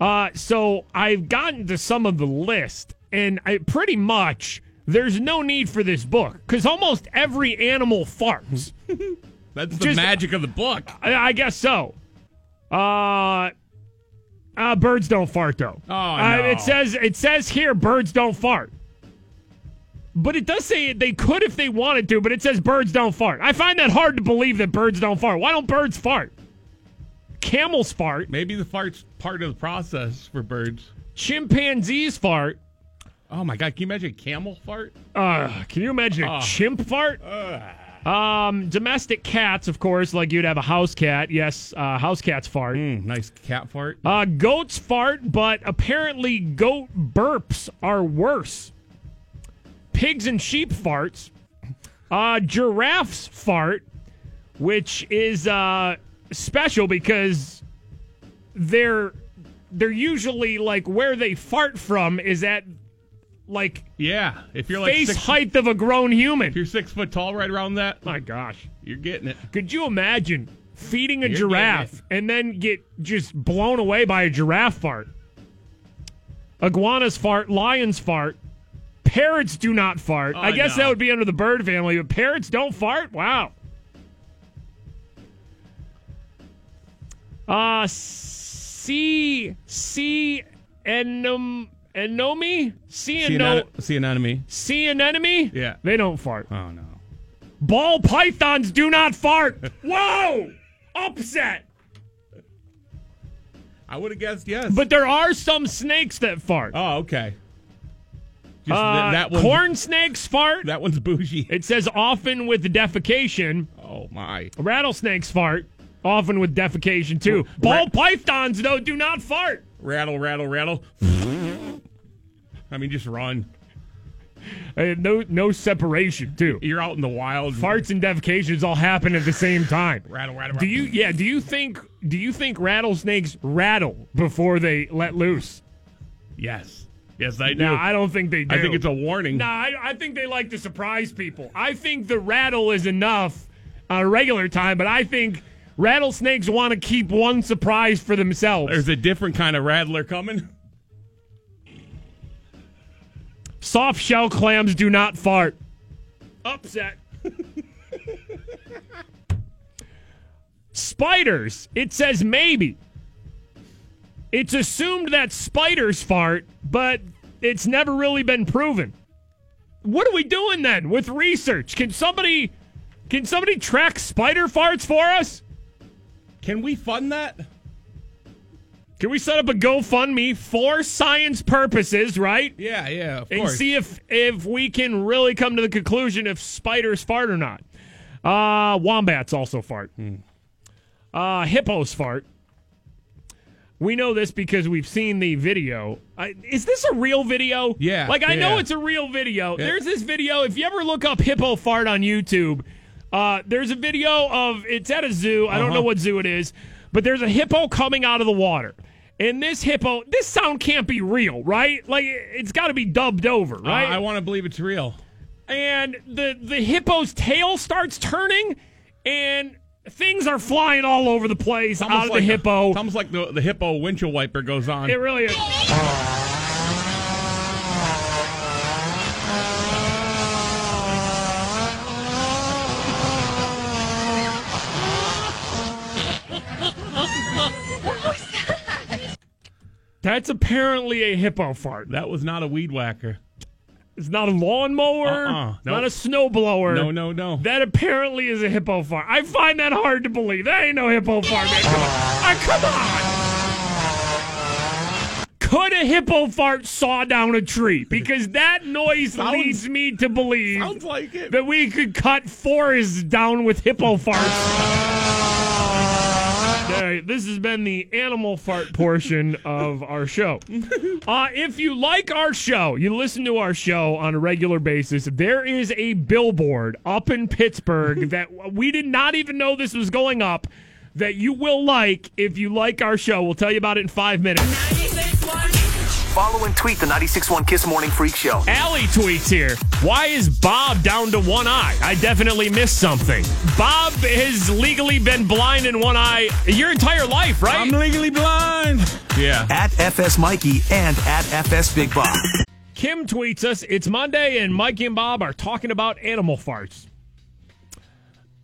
Speaker 3: Uh so I've gotten to some of the list and I pretty much there's no need for this book cuz almost every animal farts.
Speaker 2: That's the
Speaker 3: Just-
Speaker 2: magic of the book.
Speaker 3: I, I guess so. Uh uh, birds don't fart though. Oh,
Speaker 2: no.
Speaker 3: it says it says here birds don't fart, but it does say they could if they wanted to. But it says birds don't fart. I find that hard to believe that birds don't fart. Why don't birds fart? Camels fart.
Speaker 2: Maybe the fart's part of the process for birds.
Speaker 3: Chimpanzees fart.
Speaker 2: Oh my god, can you imagine a camel fart?
Speaker 3: Uh, can you imagine a
Speaker 2: Ah.
Speaker 3: chimp fart? Um, domestic cats, of course, like you'd have a house cat. Yes, uh, house cats fart.
Speaker 2: nice cat fart.
Speaker 3: Uh, goats fart, but apparently goat burps are worse. Pigs and sheep farts. Uh, giraffes fart, which is uh, special because they're they're usually like where they fart from is at like
Speaker 2: Yeah, if you're like
Speaker 3: face
Speaker 2: six,
Speaker 3: height of a grown human.
Speaker 2: if you're six foot tall, right around that,
Speaker 3: My gosh.
Speaker 2: you're getting it.
Speaker 3: Could you imagine feeding a
Speaker 2: You're getting
Speaker 3: giraffe and then get just blown away by a giraffe fart? Iguanas fart, lions fart, parrots do not fart.
Speaker 2: Oh,
Speaker 3: I guess
Speaker 2: no.
Speaker 3: that would be under the bird family, but parrots don't fart? Wow. Uh C C enum enomi? C
Speaker 2: See,
Speaker 3: eno-
Speaker 2: anon- see anatomy.
Speaker 3: sea anemone?
Speaker 2: Yeah.
Speaker 3: They don't fart.
Speaker 2: Oh no.
Speaker 3: Ball pythons do not fart. Whoa! Upset.
Speaker 2: I would have guessed yes.
Speaker 3: But there are some snakes that fart.
Speaker 2: oh, okay. Just th-
Speaker 3: Uh,
Speaker 2: that one's-
Speaker 3: corn snakes fart.
Speaker 2: That one's bougie.
Speaker 3: It says often with defecation.
Speaker 2: Oh my.
Speaker 3: Rattlesnakes fart. Often with defecation too. Ball pythons though do not fart.
Speaker 2: Rattle, rattle, rattle. I mean, just run.
Speaker 3: Uh, no, no separation too.
Speaker 2: You're out in the wild.
Speaker 3: Farts and defecations all happen at the same time.
Speaker 2: Rattle, rattle, rattle.
Speaker 3: Do you? Yeah. Do you think? Do you think rattlesnakes rattle before they let loose?
Speaker 2: Yes. Yes, I do.
Speaker 3: No, I don't think they do.
Speaker 2: I think it's a warning.
Speaker 3: No, I, I think they like to surprise people. I think the rattle is enough on a regular time, but I think rattlesnakes want to keep one surprise for themselves.
Speaker 2: There's a different kind of rattler coming.
Speaker 3: Soft shell clams do not fart.
Speaker 2: Upset.
Speaker 3: Spiders, it says maybe. It's assumed that spiders fart, but it's never really been proven. What are we doing then with research? Can somebody can somebody track spider farts for us?
Speaker 2: Can we fund that?
Speaker 3: Can we set up a GoFundMe for science purposes, right?
Speaker 2: Yeah, yeah, of
Speaker 3: and
Speaker 2: course.
Speaker 3: see if if we can really come to the conclusion if spiders fart or not. Uh wombats also fart.
Speaker 2: Hmm.
Speaker 3: Uh hippos fart. We know this because we've seen the video. I, is this a real video?
Speaker 2: Yeah,
Speaker 3: Like, I know
Speaker 2: yeah.
Speaker 3: it's a real video.
Speaker 2: Yeah.
Speaker 3: There's this video. If you ever look up hippo fart on YouTube, uh, there's a video of it's at a zoo. I don't
Speaker 2: Uh-huh.
Speaker 3: know what zoo it is, but there's a hippo coming out of the water. And this hippo, this sound can't be real, right? Like, it's got to be dubbed over,
Speaker 2: Uh,
Speaker 3: right?
Speaker 2: I want to believe it's real.
Speaker 3: and the the hippo's tail starts turning, and things are flying all over the place
Speaker 2: It's
Speaker 3: out of
Speaker 2: like
Speaker 3: the hippo.
Speaker 2: It's almost like the, the hippo windshield wiper goes on.
Speaker 3: It really is. That's apparently a hippo fart.
Speaker 2: that was not a weed whacker.
Speaker 3: It's not a lawnmower,
Speaker 2: Uh-uh. Nope.
Speaker 3: not a snowblower.
Speaker 2: No, no, no.
Speaker 3: That apparently is a hippo fart. I find that hard to believe. That ain't no hippo fart, man. Come on. Ah, come on. Could a hippo fart saw down a tree? Because that noise leads me to believe
Speaker 2: Sounds like it.
Speaker 3: that we could cut forests down with hippo farts. All right, this has been the animal fart portion of our show. Uh, if you like our show, you listen to our show on a regular basis. There is a billboard up in Pittsburgh that we did not even know this was going up that you will like if you like our show. We'll tell you about it in five minutes.
Speaker 20: Follow and tweet the 96.1 Kiss Morning Freak Show.
Speaker 3: Allie tweets here. Why is Bob down to one eye? I definitely missed something. Bob has legally been blind in one eye your entire life, right? I'm
Speaker 2: legally blind. Yeah.
Speaker 20: At FS Mikey and at FS Big Bob.
Speaker 3: Kim tweets us. It's Monday, and Mikey and Bob are talking about animal farts.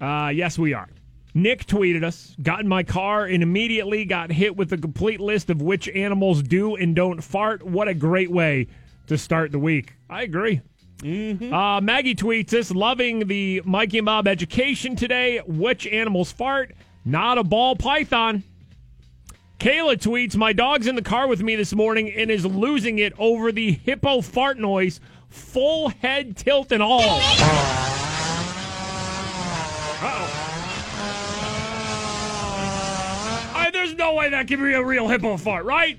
Speaker 3: Uh, yes, we are. Nick tweeted us. Got in my car and immediately got hit with a complete list of which animals do and don't fart. What a great way to start the week. I agree. Uh, Maggie tweets us. Loving the Mikey and Bob education today. Which animals fart? Not a ball python. Kayla tweets, My dog's in the car with me this morning and is losing it over the hippo fart noise, full head tilt and all. Uh-oh. I- Uh, there's no way that can be a real hippo fart, right?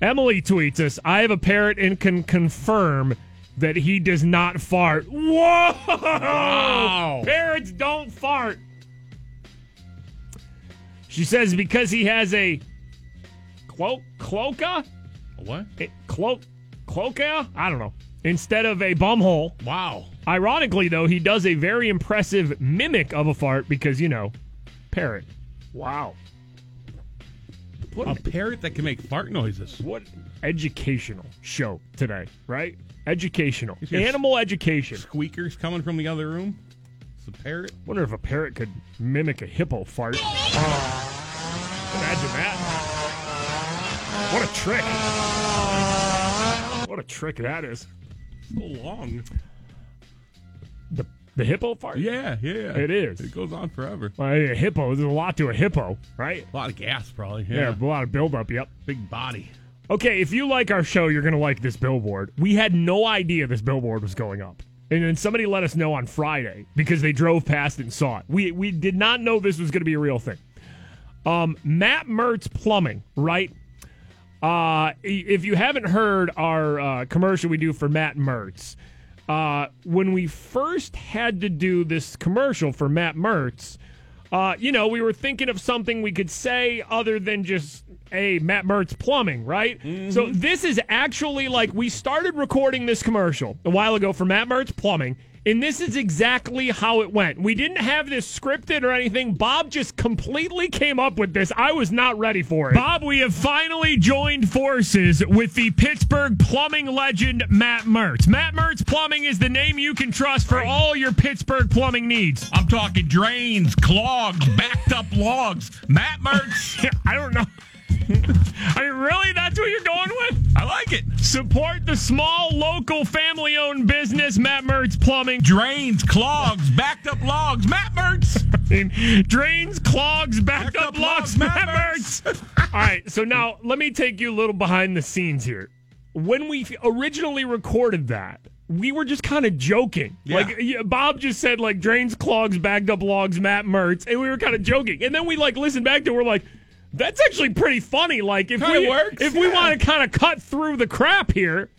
Speaker 3: Emily tweets us, I have a parrot and can confirm that he does not fart. Whoa! Parrots don't fart. She says because he has a cloak cloaca?
Speaker 2: What?
Speaker 3: A cloak cloaca? I don't know. Instead of a bumhole.
Speaker 2: Wow.
Speaker 3: Ironically though, he does a very impressive mimic of a fart because you know, parrot. Wow. What
Speaker 2: A parrot that can make fart noises.
Speaker 3: What? educational show today, right? Educational.
Speaker 2: You see a
Speaker 3: Animal education.
Speaker 2: Squeakers coming from the other room. It's a parrot.
Speaker 3: Wonder if a parrot could mimic a hippo fart. Imagine that. What a trick. What a trick that is.
Speaker 2: So long.
Speaker 3: The, the hippo fart?
Speaker 2: Yeah, yeah.
Speaker 3: It is.
Speaker 2: It goes on forever.
Speaker 3: Well, a hippo, there's a lot to a hippo, right?
Speaker 2: A lot of gas, probably.
Speaker 3: Yeah, a lot of buildup, yep.
Speaker 2: Big body.
Speaker 3: Okay, if you like our show, you're going to like this billboard. We had no idea this billboard was going up. And then somebody let us know on Friday because they drove past and saw it. We we did not know this was going to be a real thing. Um, Matt Mertz Plumbing, right? Uh, if you haven't heard our uh, commercial we do for Matt Mertz, uh, when we first had to do this commercial for Matt Mertz, uh, you know, we were thinking of something we could say other than just, hey, Matt Mertz plumbing, right? So this is actually like we started recording this commercial a while ago for Matt Mertz plumbing. And this is exactly how it went. We didn't have this scripted or anything. Bob just completely came up with this. I was not ready for it. Bob, we have finally joined forces with the Pittsburgh plumbing legend, Matt Mertz. Matt Mertz Plumbing is the name you can trust for all your Pittsburgh plumbing needs. [LAUGHS]
Speaker 2: I'm talking drains, clogs, backed up logs. Matt Mertz. [LAUGHS]
Speaker 3: I don't know. [LAUGHS] I mean, really? That's what you're going with?
Speaker 2: I like it.
Speaker 3: Support the small, local, family owned business, Matt Mertz Plumbing.
Speaker 2: Drains, clogs, backed up logs, Matt
Speaker 3: [LAUGHS]
Speaker 2: Mertz.
Speaker 3: drains, clogs, backed, up, logs, Matt Mertz. All right, so now let me take you a little behind the scenes here. When we originally recorded that, we were just kind of joking. Like yeah, Bob just said, like drains, clogs, backed up logs, Matt Mertz, and we were kind of joking. And then we like listened back to, it, we're like, that's actually pretty funny. Like if
Speaker 2: Kinda
Speaker 3: we
Speaker 2: works,
Speaker 3: if we
Speaker 2: yeah.
Speaker 3: want to kind of cut through the crap here,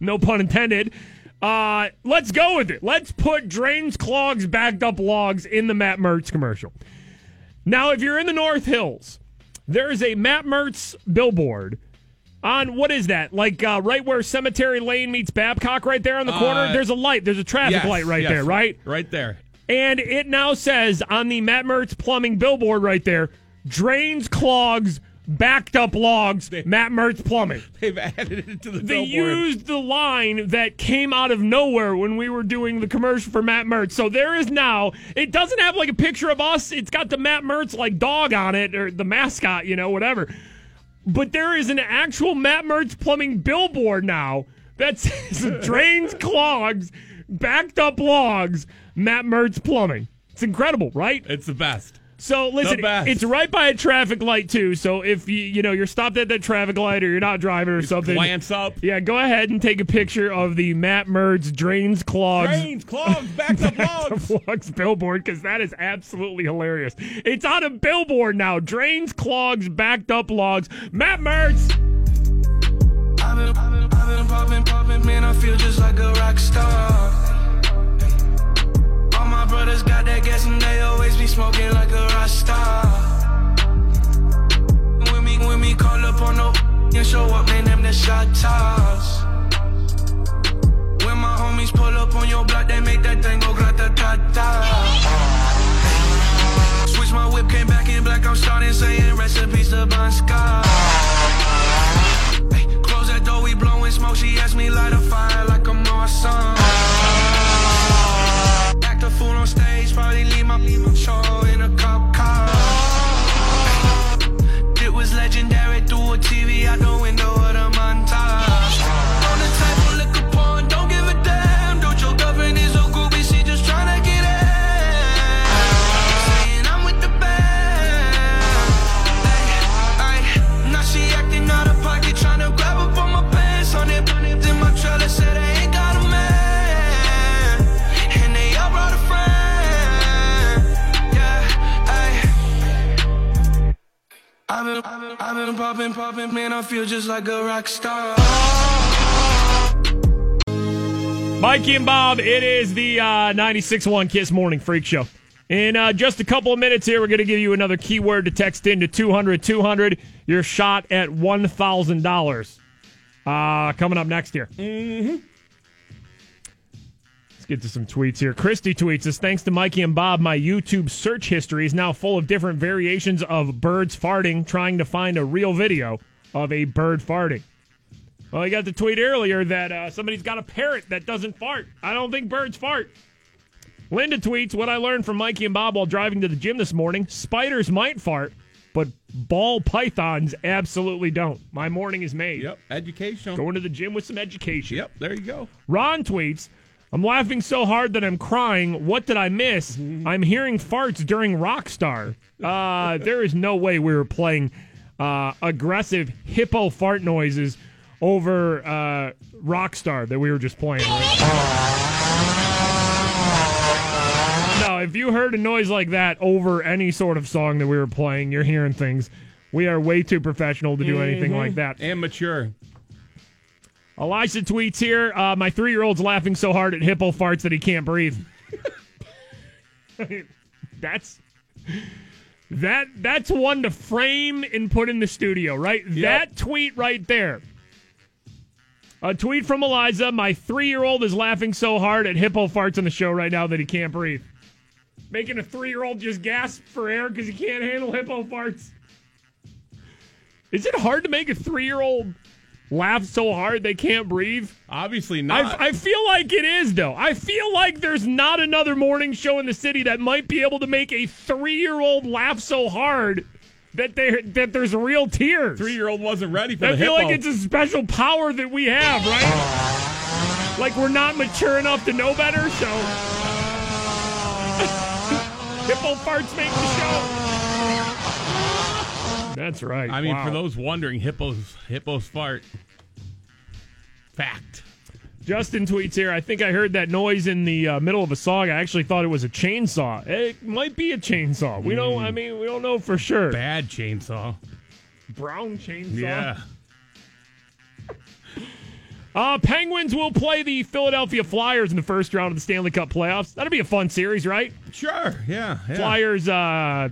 Speaker 3: no pun intended. Uh, let's go with it. Let's put drains, clogs, backed up logs in the Matt Mertz commercial. Now, if you're in the North Hills, there is a Matt Mertz billboard on what is that? Like uh, right where Cemetery Lane meets Babcock, right there on the corner.
Speaker 2: Uh,
Speaker 3: There's a light. There's a traffic
Speaker 2: Yes,
Speaker 3: light right
Speaker 2: yes,
Speaker 3: there, right?
Speaker 2: Right there.
Speaker 3: And it now says on the Matt Mertz plumbing billboard right there, drains, clogs, backed up logs, Matt Mertz plumbing.
Speaker 2: They've added it to the
Speaker 3: They
Speaker 2: billboard.
Speaker 3: used the line that came out of nowhere when we were doing the commercial for Matt Mertz. So there is now, it doesn't have like a picture of us. It's got the Matt Mertz like dog on it or the mascot, you know, whatever. But there is an actual Matt Mertz plumbing billboard now that [LAUGHS] says drains, clogs, backed up logs, Matt Mertz plumbing. It's incredible, right?
Speaker 2: It's the best.
Speaker 3: So listen,
Speaker 2: The best.
Speaker 3: it's right by a traffic light too. So if you you know you're stopped at that traffic light or you're not driving or something,
Speaker 2: glance
Speaker 3: [LAUGHS]
Speaker 2: up.
Speaker 3: Yeah, go ahead and take a picture of the Matt Mertz drains clogs
Speaker 2: Drains, clogs, backed up logs.
Speaker 3: [LAUGHS] Clogs billboard because that is absolutely hilarious. It's on a billboard now. Drains, clogs, backed up logs. Matt Mertz.
Speaker 21: I've been, I've been, I've been poppin', poppin', man, I feel just like a rock star. All my brothers got that gas and they always be smoking like a rock star. When me, when me call up on no and show up, man, them the shot toss. When my homies pull up on your block, they make that thing go grata ta ta. Switch my whip, came back in black, I'm starting saying recipes to Bon Scott. Close that door, we blowing smoke. She asked me light a fire like I'm on sun. Act a fool on stage, probably leave my, leave my show in a cop car. It was legendary through a TV out the window of the montage. On the table, liquor porn, don't give a damn. Don't your girlfriend is a groupie, she just tryna get in. Saying I'm with the band. Ay, now she acting out of pocket, tryna grab up on my pants. On it, in my trailer, said I ain't got a man. And they all brought a friend. Yeah, ay. I've been, I've been, I've been popping, popping, man, I feel just like a rock star.
Speaker 3: Mikey and Bob, it is the uh, 96.1 Kiss Morning Freak Show. In uh, just a couple of minutes here, we're going to give you another keyword to text into 200 200. Your shot at $1,000 uh, coming up next year. Mm-hmm. Let's get to some tweets here. Christy tweets us Thanks to Mikey and Bob, my YouTube search history is now full of different variations of birds farting, trying to find a real video of a bird farting. Well, I got the tweet earlier that uh, somebody's got a parrot that doesn't fart. I don't think birds fart. Linda tweets what I learned from Mikey and Bob while driving to the gym this morning. Spiders might fart, but ball pythons absolutely don't. My morning is made. Yep,
Speaker 2: educational.
Speaker 3: Going to the gym with some education.
Speaker 2: Yep, there you go.
Speaker 3: Ron tweets I'm laughing so hard that I'm crying. What did I miss? I'm hearing farts during Rockstar. Uh, there is no way we were playing uh, aggressive hippo fart noises over uh, Rockstar that we were just playing. right? No, if you heard a noise like that over any sort of song that we were playing, you're hearing things. We are way too professional to do anything
Speaker 2: Mhm.
Speaker 3: like that.
Speaker 2: And mature.
Speaker 3: Elijah tweets here uh, My three year old's laughing so hard at hippo farts that he can't breathe. [LAUGHS] that's. That that's one to frame and put in the studio, right? That tweet right there. A tweet from Eliza. My three-year-old is laughing so hard at hippo farts on the show right now that he can't breathe. Making a three-year-old just gasp for air because he can't handle hippo farts. Is it hard to make a three-year-old laugh so hard they can't breathe?
Speaker 2: Obviously not.
Speaker 3: I, I feel like it is though. I feel like there's not another morning show in the city that might be able to make a three-year-old laugh so hard that they that there's real tears.
Speaker 2: Three-year-old wasn't ready for
Speaker 3: I
Speaker 2: the
Speaker 3: feel
Speaker 2: hippo.
Speaker 3: like it's a special power that we have, right? Like we're not mature enough to know better, so [LAUGHS] hippo farts make the show. That's right.
Speaker 2: I mean,
Speaker 3: Wow.
Speaker 2: for those wondering, hippos hippos fart. Fact.
Speaker 3: Justin tweets here. I think I heard that noise in the uh, middle of a song. I actually thought it was a chainsaw. It might be a chainsaw. We don't. I mean, we don't know for sure.
Speaker 2: Bad chainsaw.
Speaker 3: Brown chainsaw.
Speaker 2: Yeah.
Speaker 3: Uh, Penguins will play the Philadelphia Flyers in the first round of the Stanley Cup playoffs. That'll be a fun series, right?
Speaker 2: Sure. Yeah. yeah.
Speaker 3: Flyers. Uh,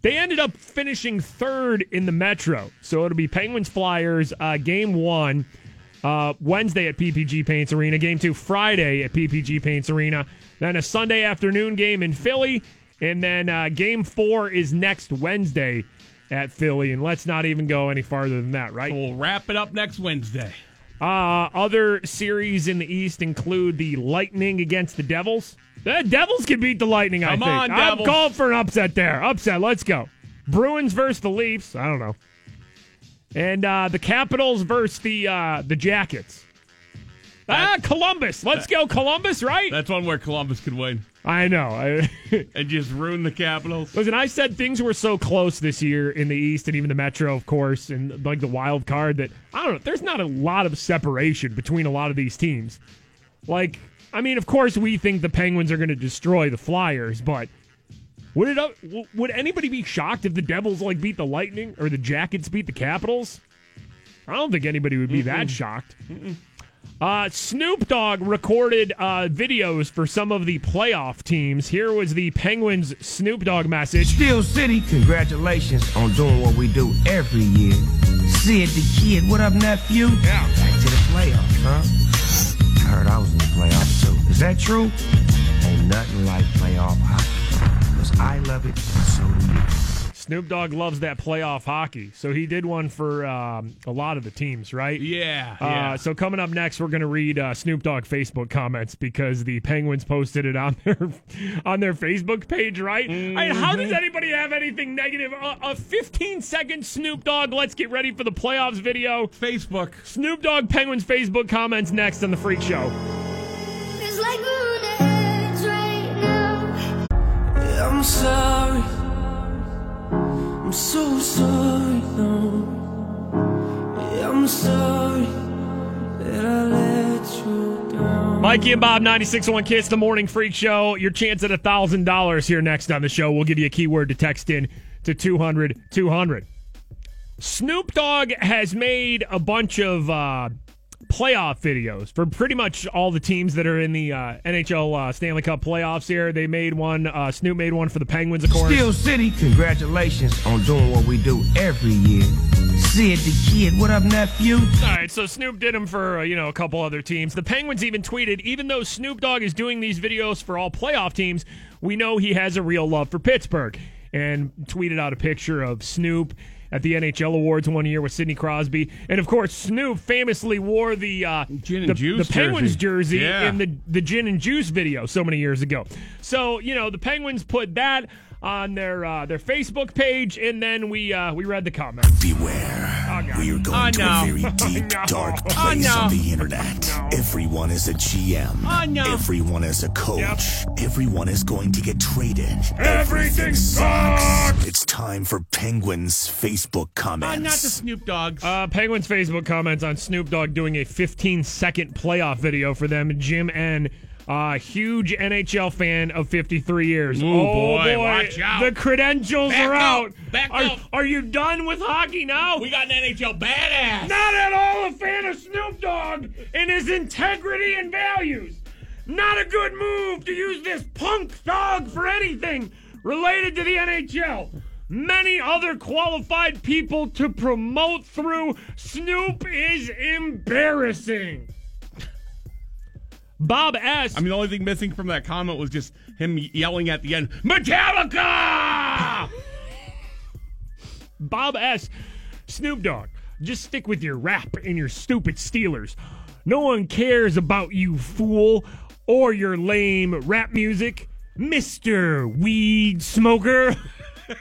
Speaker 3: they ended up finishing third in the Metro, so it'll be Penguins Flyers uh, game one uh, Wednesday at PPG Paints Arena. Game two Friday at PPG Paints Arena. Then a Sunday afternoon game in Philly, and then uh, game four is next Wednesday at Philly. And let's not even go any farther than that, right?
Speaker 2: We'll wrap it up next Wednesday.
Speaker 3: Uh, other series in the East include the Lightning against the Devils. The Devils can beat the Lightning,
Speaker 2: Come
Speaker 3: I
Speaker 2: on,
Speaker 3: think. I'm
Speaker 2: Devils.
Speaker 3: calling for an upset there. Upset, let's go. Bruins versus the Leafs. I don't know. And uh, the Capitals versus the uh, the Jackets. ah, Columbus. Let's go, Columbus, right?
Speaker 2: That's one where Columbus could win.
Speaker 3: I know. I, [LAUGHS]
Speaker 2: and just ruin the Capitals.
Speaker 3: Listen, I said things were so close this year in the East and even the Metro, of course, and like the wild card that I don't know. There's not a lot of separation between a lot of these teams. Like, I mean, of course, we think the Penguins are going to destroy the Flyers, but would it up- w- would anybody be shocked if the Devils like beat the Lightning or the Jackets beat the Capitals? I don't think anybody would be that shocked. Uh, Snoop Dogg recorded uh, videos for some of the playoff teams. Here was the Penguins Snoop Dogg message.
Speaker 4: Steel City, congratulations on doing what we do every year. Sid the Kid, what up, nephew? Yeah. Back to the playoffs, huh? I heard I was in the playoffs too. Is that true? Ain't nothing like playoff hockey. Because I love it, so do you.
Speaker 3: Snoop Dogg loves that playoff hockey, so he did one for um, a lot of the teams, right?
Speaker 2: Yeah.
Speaker 3: Uh,
Speaker 2: yeah.
Speaker 3: So coming up next, we're going to read uh, Snoop Dogg Facebook comments because the Penguins posted it on [LAUGHS] their on their Facebook page, right? I mean, how does
Speaker 2: Mhm.
Speaker 3: anybody have anything negative? A, a 15 second Snoop Dogg, let's get ready for the playoffs video.
Speaker 2: Facebook.
Speaker 3: Snoop Dogg Penguins Facebook comments next on the Freak Show.
Speaker 21: It's like moon eggs right now. I'm sorry. I'm so sorry. No. Yeah, I'm sorry that I let you down.
Speaker 3: Mikey and Bob, 96.1 Kiss, the morning freak show. Your chance at $1,000 here next on the show. We'll give you a keyword to text in to 200 200. Snoop Dogg has made a bunch of uh, playoff videos for pretty much all the teams that are in the uh, NHL uh, Stanley Cup playoffs here. They made one, uh, Snoop made one for the Penguins, of course.
Speaker 4: Steel City, congratulations on doing what we do every year. Sid the Kid, what up, nephew?
Speaker 3: All right, so Snoop did them for uh, you know a couple other teams. The Penguins even tweeted, even though Snoop Dogg is doing these videos for all playoff teams, we know he has a real love for Pittsburgh, and tweeted out a picture of Snoop at the NHL Awards one year with Sidney Crosby, and of course Snoop famously wore the uh,
Speaker 2: and
Speaker 3: the,
Speaker 2: juice
Speaker 3: the Penguins
Speaker 2: jersey.
Speaker 3: jersey,
Speaker 2: Yeah.
Speaker 3: in the the gin and juice video so many years ago. So you know the Penguins put that on their uh, their Facebook page, and then we uh, we read the comments.
Speaker 1: Beware. We are going
Speaker 3: Oh,
Speaker 1: to
Speaker 3: no.
Speaker 1: a very
Speaker 20: [LAUGHS]
Speaker 1: deep,
Speaker 3: Oh, no.
Speaker 1: dark
Speaker 3: Oh,
Speaker 1: place
Speaker 3: no.
Speaker 1: on the internet. Everyone is a GM.
Speaker 3: Oh, no.
Speaker 1: Everyone is a coach. Everyone is going to get traded.
Speaker 2: Everything
Speaker 1: sucks. It's time for Penguins Facebook comments.
Speaker 2: Snoop Dogs.
Speaker 3: Uh, Penguins Facebook comments on Snoop Dogg doing a 15 second playoff video for them. Jim N Uh, huge NHL fan of 53 years.
Speaker 2: Ooh,
Speaker 3: oh
Speaker 2: boy, watch out.
Speaker 3: The credentials
Speaker 2: Back
Speaker 3: are
Speaker 2: up,
Speaker 3: out.
Speaker 2: back
Speaker 3: are,
Speaker 2: up.
Speaker 3: are you done with hockey now? We got an NHL badass. Not at all a fan of Snoop Dogg and his integrity and values. Not a good move to use this punk dog for anything related to the NHL. Many other qualified people to promote through. Snoop is embarrassing. Bob S.
Speaker 2: I mean, the only thing missing from that comment was just him yelling at the end, Metallica!
Speaker 3: Bob S. Snoop Dogg, just stick with your rap and your stupid Steelers. No one cares about you, fool, or your lame rap music, Mr. Weed Smoker. [LAUGHS]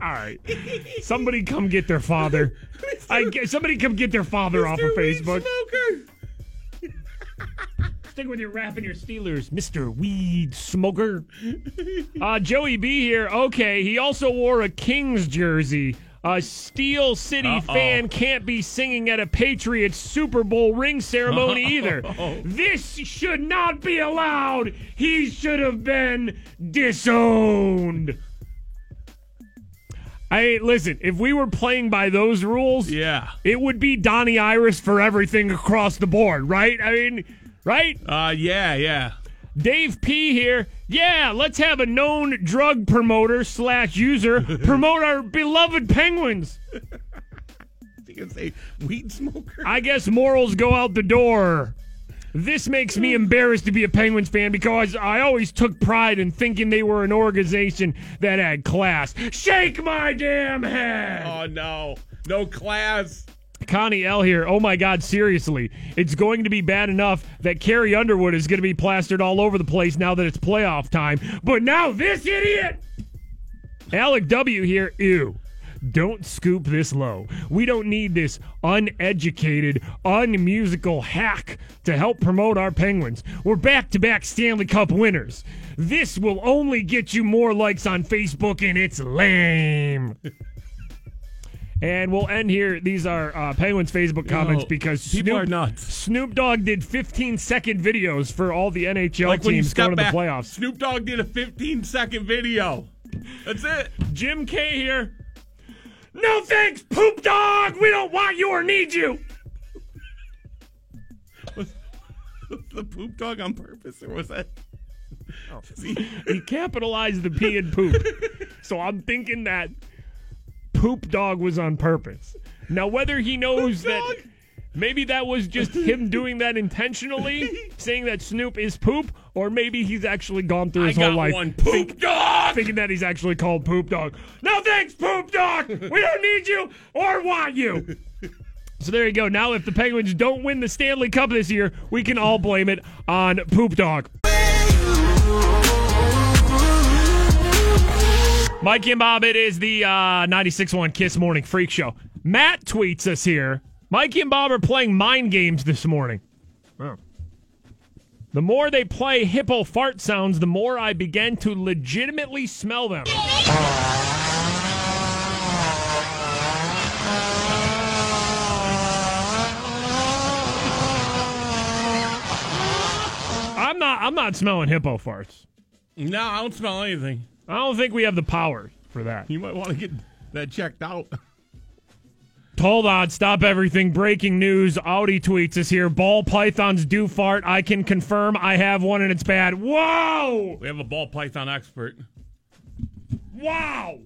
Speaker 3: All right. Somebody come get their father. I get, somebody come get their father off of Facebook. Stick with your rap and your Steelers, Mr. Weed Smoker. Uh, Joey B here. Okay, he also wore a Kings jersey. A Steel City
Speaker 2: Uh-oh.
Speaker 3: fan can't be singing at a Patriots Super Bowl ring ceremony either. This should not be allowed. He should have been disowned. Hey, listen, if we were playing by those rules, yeah, it would be Donnie Iris for everything across the board, right? I mean, right? Uh yeah, yeah. Dave P here. Yeah, let's have a known drug promoter slash user promote our beloved penguins.
Speaker 2: Weed smoker.
Speaker 3: I guess morals go out the door. This makes me embarrassed to be a Penguins fan because I always took pride in thinking they were an organization that had class. Shake my damn head!
Speaker 2: Oh, no. No class.
Speaker 3: Connie L here. Oh my God, seriously. It's going to be bad enough that Carrie Underwood is going to be plastered all over the place now that it's playoff time. But now this idiot! Alec W here. Ew. Don't scoop this low. We don't need this uneducated, unmusical hack to help promote our Penguins. We're back to back Stanley Cup winners. This will only get you more likes on Facebook, and
Speaker 2: [LAUGHS]
Speaker 3: it's lame. And we'll end here. These are uh, Penguins Facebook comments
Speaker 2: Yo,
Speaker 3: because Snoop,
Speaker 2: people are nuts.
Speaker 3: Snoop Dogg did 15 second videos for all the NHL
Speaker 2: Like when you
Speaker 3: teams
Speaker 2: step
Speaker 3: going to the
Speaker 2: back,
Speaker 3: playoffs.
Speaker 2: Snoop Dogg did a 15 second video. That's
Speaker 3: [LAUGHS]
Speaker 2: it.
Speaker 3: Jim K here. No thanks, poop dog. We don't want you or need you.
Speaker 2: Was the poop dog on purpose, or was that?
Speaker 3: he capitalized the P in poop. So I'm thinking that poop dog was on purpose. Now, whether he knows that maybe that was just him doing that intentionally, saying that Snoop is poop, or maybe he's actually gone through his
Speaker 2: I
Speaker 3: whole
Speaker 2: got
Speaker 3: life
Speaker 2: one poop
Speaker 3: dog! thinking that he's actually called poop dog. No thanks, poop dog! We don't need you or want you! So there you go. Now, if the Penguins don't win the Stanley Cup this year, we can all blame it on Poop Dog. Mike and Bob, it is the uh, 96.1 Kiss Morning Freak Show. Matt tweets us here. Mike and Bob are playing mind games this morning. The more they play hippo fart sounds, the more I began to legitimately smell them. I'm not. I'm not smelling hippo farts.
Speaker 2: No, I don't smell anything.
Speaker 3: I don't think we have the power for that.
Speaker 2: You might want to get that checked out.
Speaker 3: Hold on, stop everything. Breaking news. Audi tweets is here. Ball pythons do fart. I can confirm I have one and it's bad. Whoa!
Speaker 2: We have a ball python expert.
Speaker 3: Wow!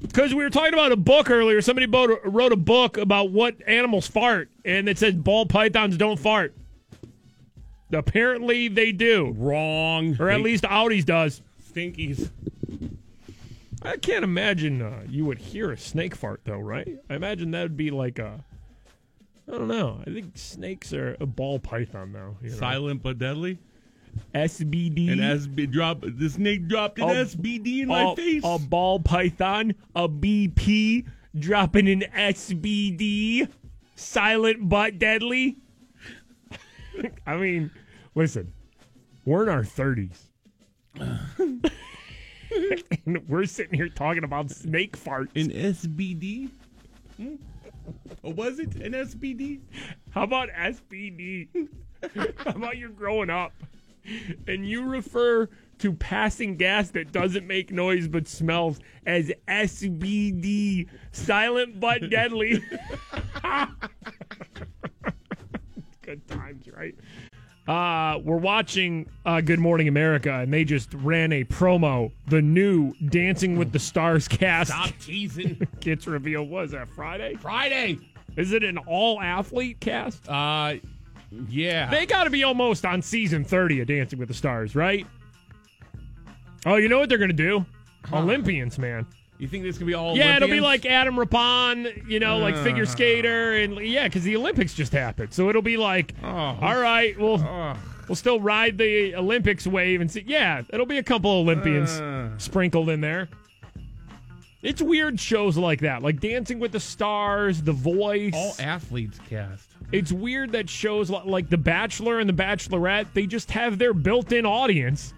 Speaker 3: Because we were talking about a book earlier. Somebody bo- wrote a book about what animals fart, and it says ball pythons don't fart. Apparently they do.
Speaker 2: Wrong.
Speaker 3: Or at least Audi's does.
Speaker 2: Stinkies.
Speaker 3: I can't imagine uh, you would hear a snake fart, though, right? I imagine that would be like a. I don't know. I think snakes are a ball python, though. you know.
Speaker 2: Silent but deadly.
Speaker 3: SBD.
Speaker 2: An SB drop. The snake dropped
Speaker 3: Oh,
Speaker 2: an SBD in my
Speaker 3: a-
Speaker 2: face.
Speaker 3: A ball python, a BP, dropping an SBD, silent but deadly. [LAUGHS] I mean, listen, we're in our [LAUGHS] 30s. and we're sitting here talking about snake farts.
Speaker 2: An SBD? Hmm? Oh, was it an SBD?
Speaker 3: How about SBD? [LAUGHS] How about you're growing up and you refer to passing gas that doesn't make noise but smells as SBD, silent but deadly. [LAUGHS] Good times, right? Uh, we're watching uh, Good Morning America, and they just ran a promo. The new Dancing with the Stars cast
Speaker 2: Stop teasing.
Speaker 3: gets revealed. Was that Friday?
Speaker 2: Friday.
Speaker 3: Is it an all athlete cast?
Speaker 2: Uh, yeah.
Speaker 3: They got to be almost on season 30 of Dancing with the Stars, right? Oh, you know what they're going to do? Olympians, man.
Speaker 2: You think this could be all?
Speaker 3: Yeah, it'll be
Speaker 2: Olympians?
Speaker 3: like Adam Rapon, you know, like figure
Speaker 2: Uh.
Speaker 3: skater, and yeah, because the Olympics just happened, so it'll be like, all right, we'll we'll still ride the Olympics wave and see. Yeah, it'll be a couple Olympians sprinkled in there. It's weird shows like that, like Dancing with the Stars, The Voice.
Speaker 2: all athletes cast.
Speaker 3: It's weird that shows li- like The Bachelor and The Bachelorette, they just have their built in audience.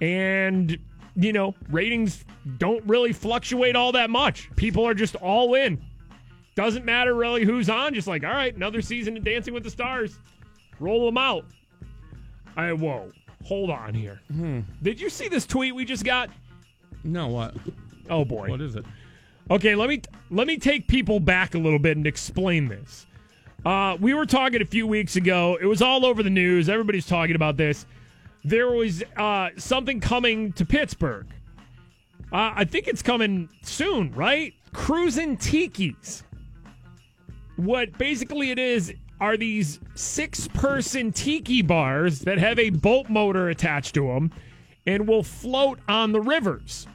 Speaker 3: And, you know, ratings don't really fluctuate all that much. People are just all in. Doesn't matter really who's on, just like, all right, another season of Dancing with the Stars. Roll them out. I, whoa, hold on here. Did you see this tweet we just got?
Speaker 2: No, what?
Speaker 3: Oh, boy. What
Speaker 2: is it?
Speaker 3: Okay, let me let me take people back a little bit and explain this. Uh, we were talking a few weeks ago. It was all over the news. Everybody's talking about this. There was uh, something coming to Pittsburgh. Uh, I think it's coming soon, right? Cruisin' Tiki's. What basically it is are these six person tiki bars that have a boat motor attached to them and will float on the rivers.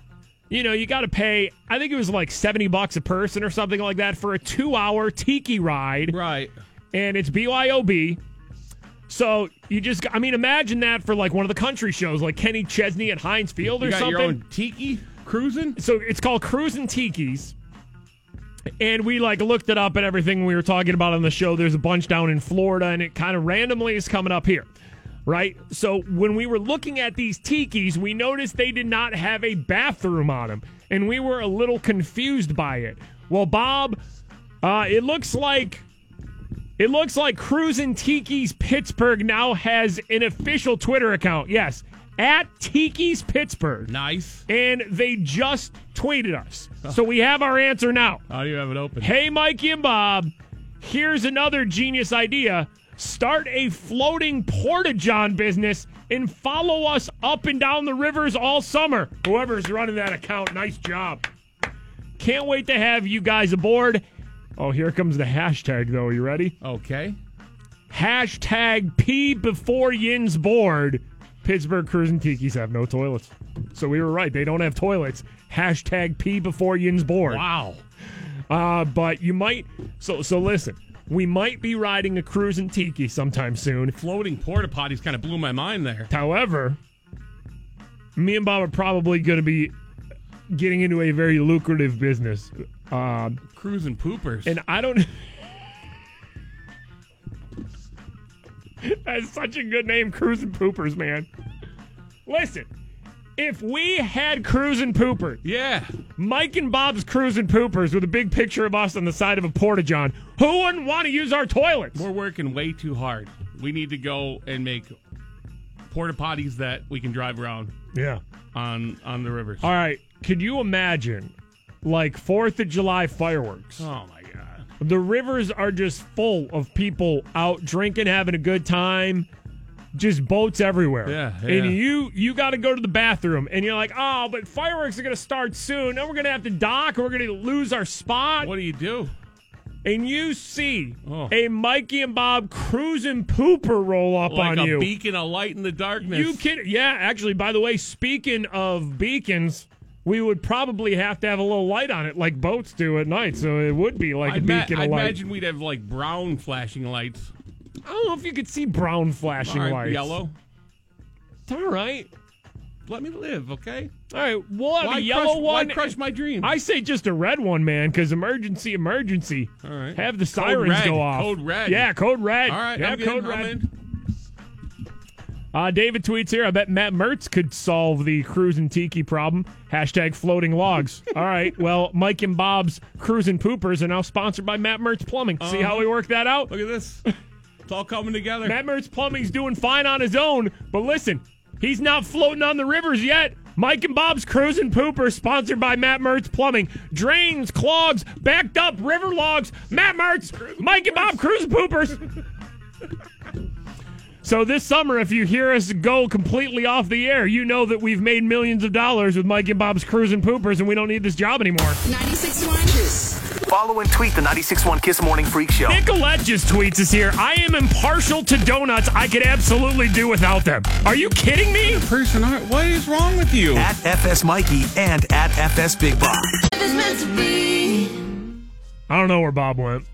Speaker 3: You know, you got to pay, I think it was like 70 bucks a person or something like that for a two hour tiki ride.
Speaker 2: Right.
Speaker 3: And it's BYOB. So you just, I mean, imagine that for like one of the country shows, like Kenny Chesney at Heinz Field or
Speaker 2: You got
Speaker 3: something.
Speaker 2: your own tiki cruising.
Speaker 3: So it's called Cruising Tiki's. And we like looked it up and everything we were talking about on the show. There's a bunch down in Florida and it kind of randomly is coming up here. Right? So when we were looking at these tikis, we noticed they did not have a bathroom on them. And we were a little confused by it. Well, Bob, uh, it looks like it looks like Cruisin' Tiki's Pittsburgh now has an official Twitter account. Yes, at Tiki's Pittsburgh.
Speaker 2: Nice.
Speaker 3: And they just tweeted us. So we have our answer now.
Speaker 2: How do you have it open?
Speaker 3: Hey, Mikey and Bob, here's another genius idea. Start a floating porta john business and follow us up and down the rivers all summer. Whoever's running that account, nice job. Can't wait to have you guys aboard. Oh, here comes the hashtag, though. You ready?
Speaker 2: Okay.
Speaker 3: Hashtag P before Yin's board. Pittsburgh Cruise and Tiki's have no toilets. So we were right. They don't have toilets. Hashtag P before Yin's board.
Speaker 2: Wow.
Speaker 3: Uh, but you might. So so listen. We might be riding a Cruise and Tiki sometime soon.
Speaker 2: Floating porta potties kind of blew my mind there.
Speaker 3: However, me and Bob are probably going to be getting into a very lucrative business. Um,
Speaker 2: Cruising poopers.
Speaker 3: and I don't. [LAUGHS] That's such a good name, Cruising Poopers, man. Listen, if we had Cruising Pooper,
Speaker 2: yeah,
Speaker 3: Mike and Bob's Cruising Poopers with a big picture of us on the side of a porta john, who wouldn't want to use our toilets?
Speaker 2: We're working way too hard. We need to go and make porta potties that we can drive around
Speaker 3: Yeah.
Speaker 2: on on the rivers.
Speaker 3: All right, could you imagine, like Fourth of July fireworks?
Speaker 2: Oh my god.
Speaker 3: The rivers are just full of people out drinking, having a good time. Just boats everywhere.
Speaker 2: Yeah, yeah.
Speaker 3: And you you got to go to the bathroom, and you're like, oh, but fireworks are gonna start soon. Now we're gonna have to dock, or we're gonna lose our spot.
Speaker 2: What do you do?
Speaker 3: And you see
Speaker 2: Oh.
Speaker 3: a Mikey and Bob cruising pooper roll up
Speaker 2: like
Speaker 3: on
Speaker 2: a
Speaker 3: you.
Speaker 2: beacon of light in the darkness.
Speaker 3: You kid? Yeah, actually, by the way, speaking of beacons, we would probably have to have a little light on it, like boats do at night. So it would be like a
Speaker 2: I'd, ma-
Speaker 3: beacon
Speaker 2: I'd
Speaker 3: of light.
Speaker 2: imagine we'd have like brown flashing lights,
Speaker 3: I don't know if you could see brown flashing
Speaker 2: Aren't
Speaker 3: lights.
Speaker 2: yellow.
Speaker 3: It's all right.
Speaker 2: Let me live, okay?
Speaker 3: All right. We'll have
Speaker 2: Why
Speaker 3: a yellow
Speaker 2: crush- why
Speaker 3: one.
Speaker 2: crush my dreams?
Speaker 3: [LAUGHS] I say just a red one, man, because emergency, emergency.
Speaker 2: All right.
Speaker 3: Have the
Speaker 2: Code
Speaker 3: sirens
Speaker 2: red.
Speaker 3: go off.
Speaker 2: Code red.
Speaker 3: Yeah, code red.
Speaker 2: All right,
Speaker 3: Yeah,
Speaker 2: I'm getting-
Speaker 3: code
Speaker 2: I'm
Speaker 3: red.
Speaker 2: in.
Speaker 3: Uh, David tweets here. I bet Matt Mertz could solve the cruising tiki problem. Hashtag floating
Speaker 2: [LAUGHS]
Speaker 3: logs. All right. Well, Mike and Bob's cruising poopers are now sponsored by Matt Mertz Plumbing. See how we work that out?
Speaker 2: Uh-huh. Look at this.
Speaker 3: [LAUGHS]
Speaker 2: It's all coming together.
Speaker 3: Matt Mertz Plumbing's doing fine on his own, but listen, he's not floating on the rivers yet. Mike and Bob's Cruising Pooper, sponsored by Matt Mertz Plumbing. Drains, clogs, backed up river logs. Matt Mertz, Mike and Bob Cruising Poopers. [LAUGHS] So this summer, if you hear us go completely off the air, you know that we've made millions of dollars with Mike and Bob's Cruising Poopers, and we don't need this job anymore.
Speaker 20: 96.1 Kiss. Follow and tweet the 96.1 Kiss Morning Freak Show.
Speaker 3: Nicolette just tweets us here. I am impartial to donuts. I could absolutely do without them. Are you kidding me?
Speaker 2: Person, what is wrong with you?
Speaker 20: At FS Mikey and at FS Big Bob.
Speaker 3: I don't know where Bob went.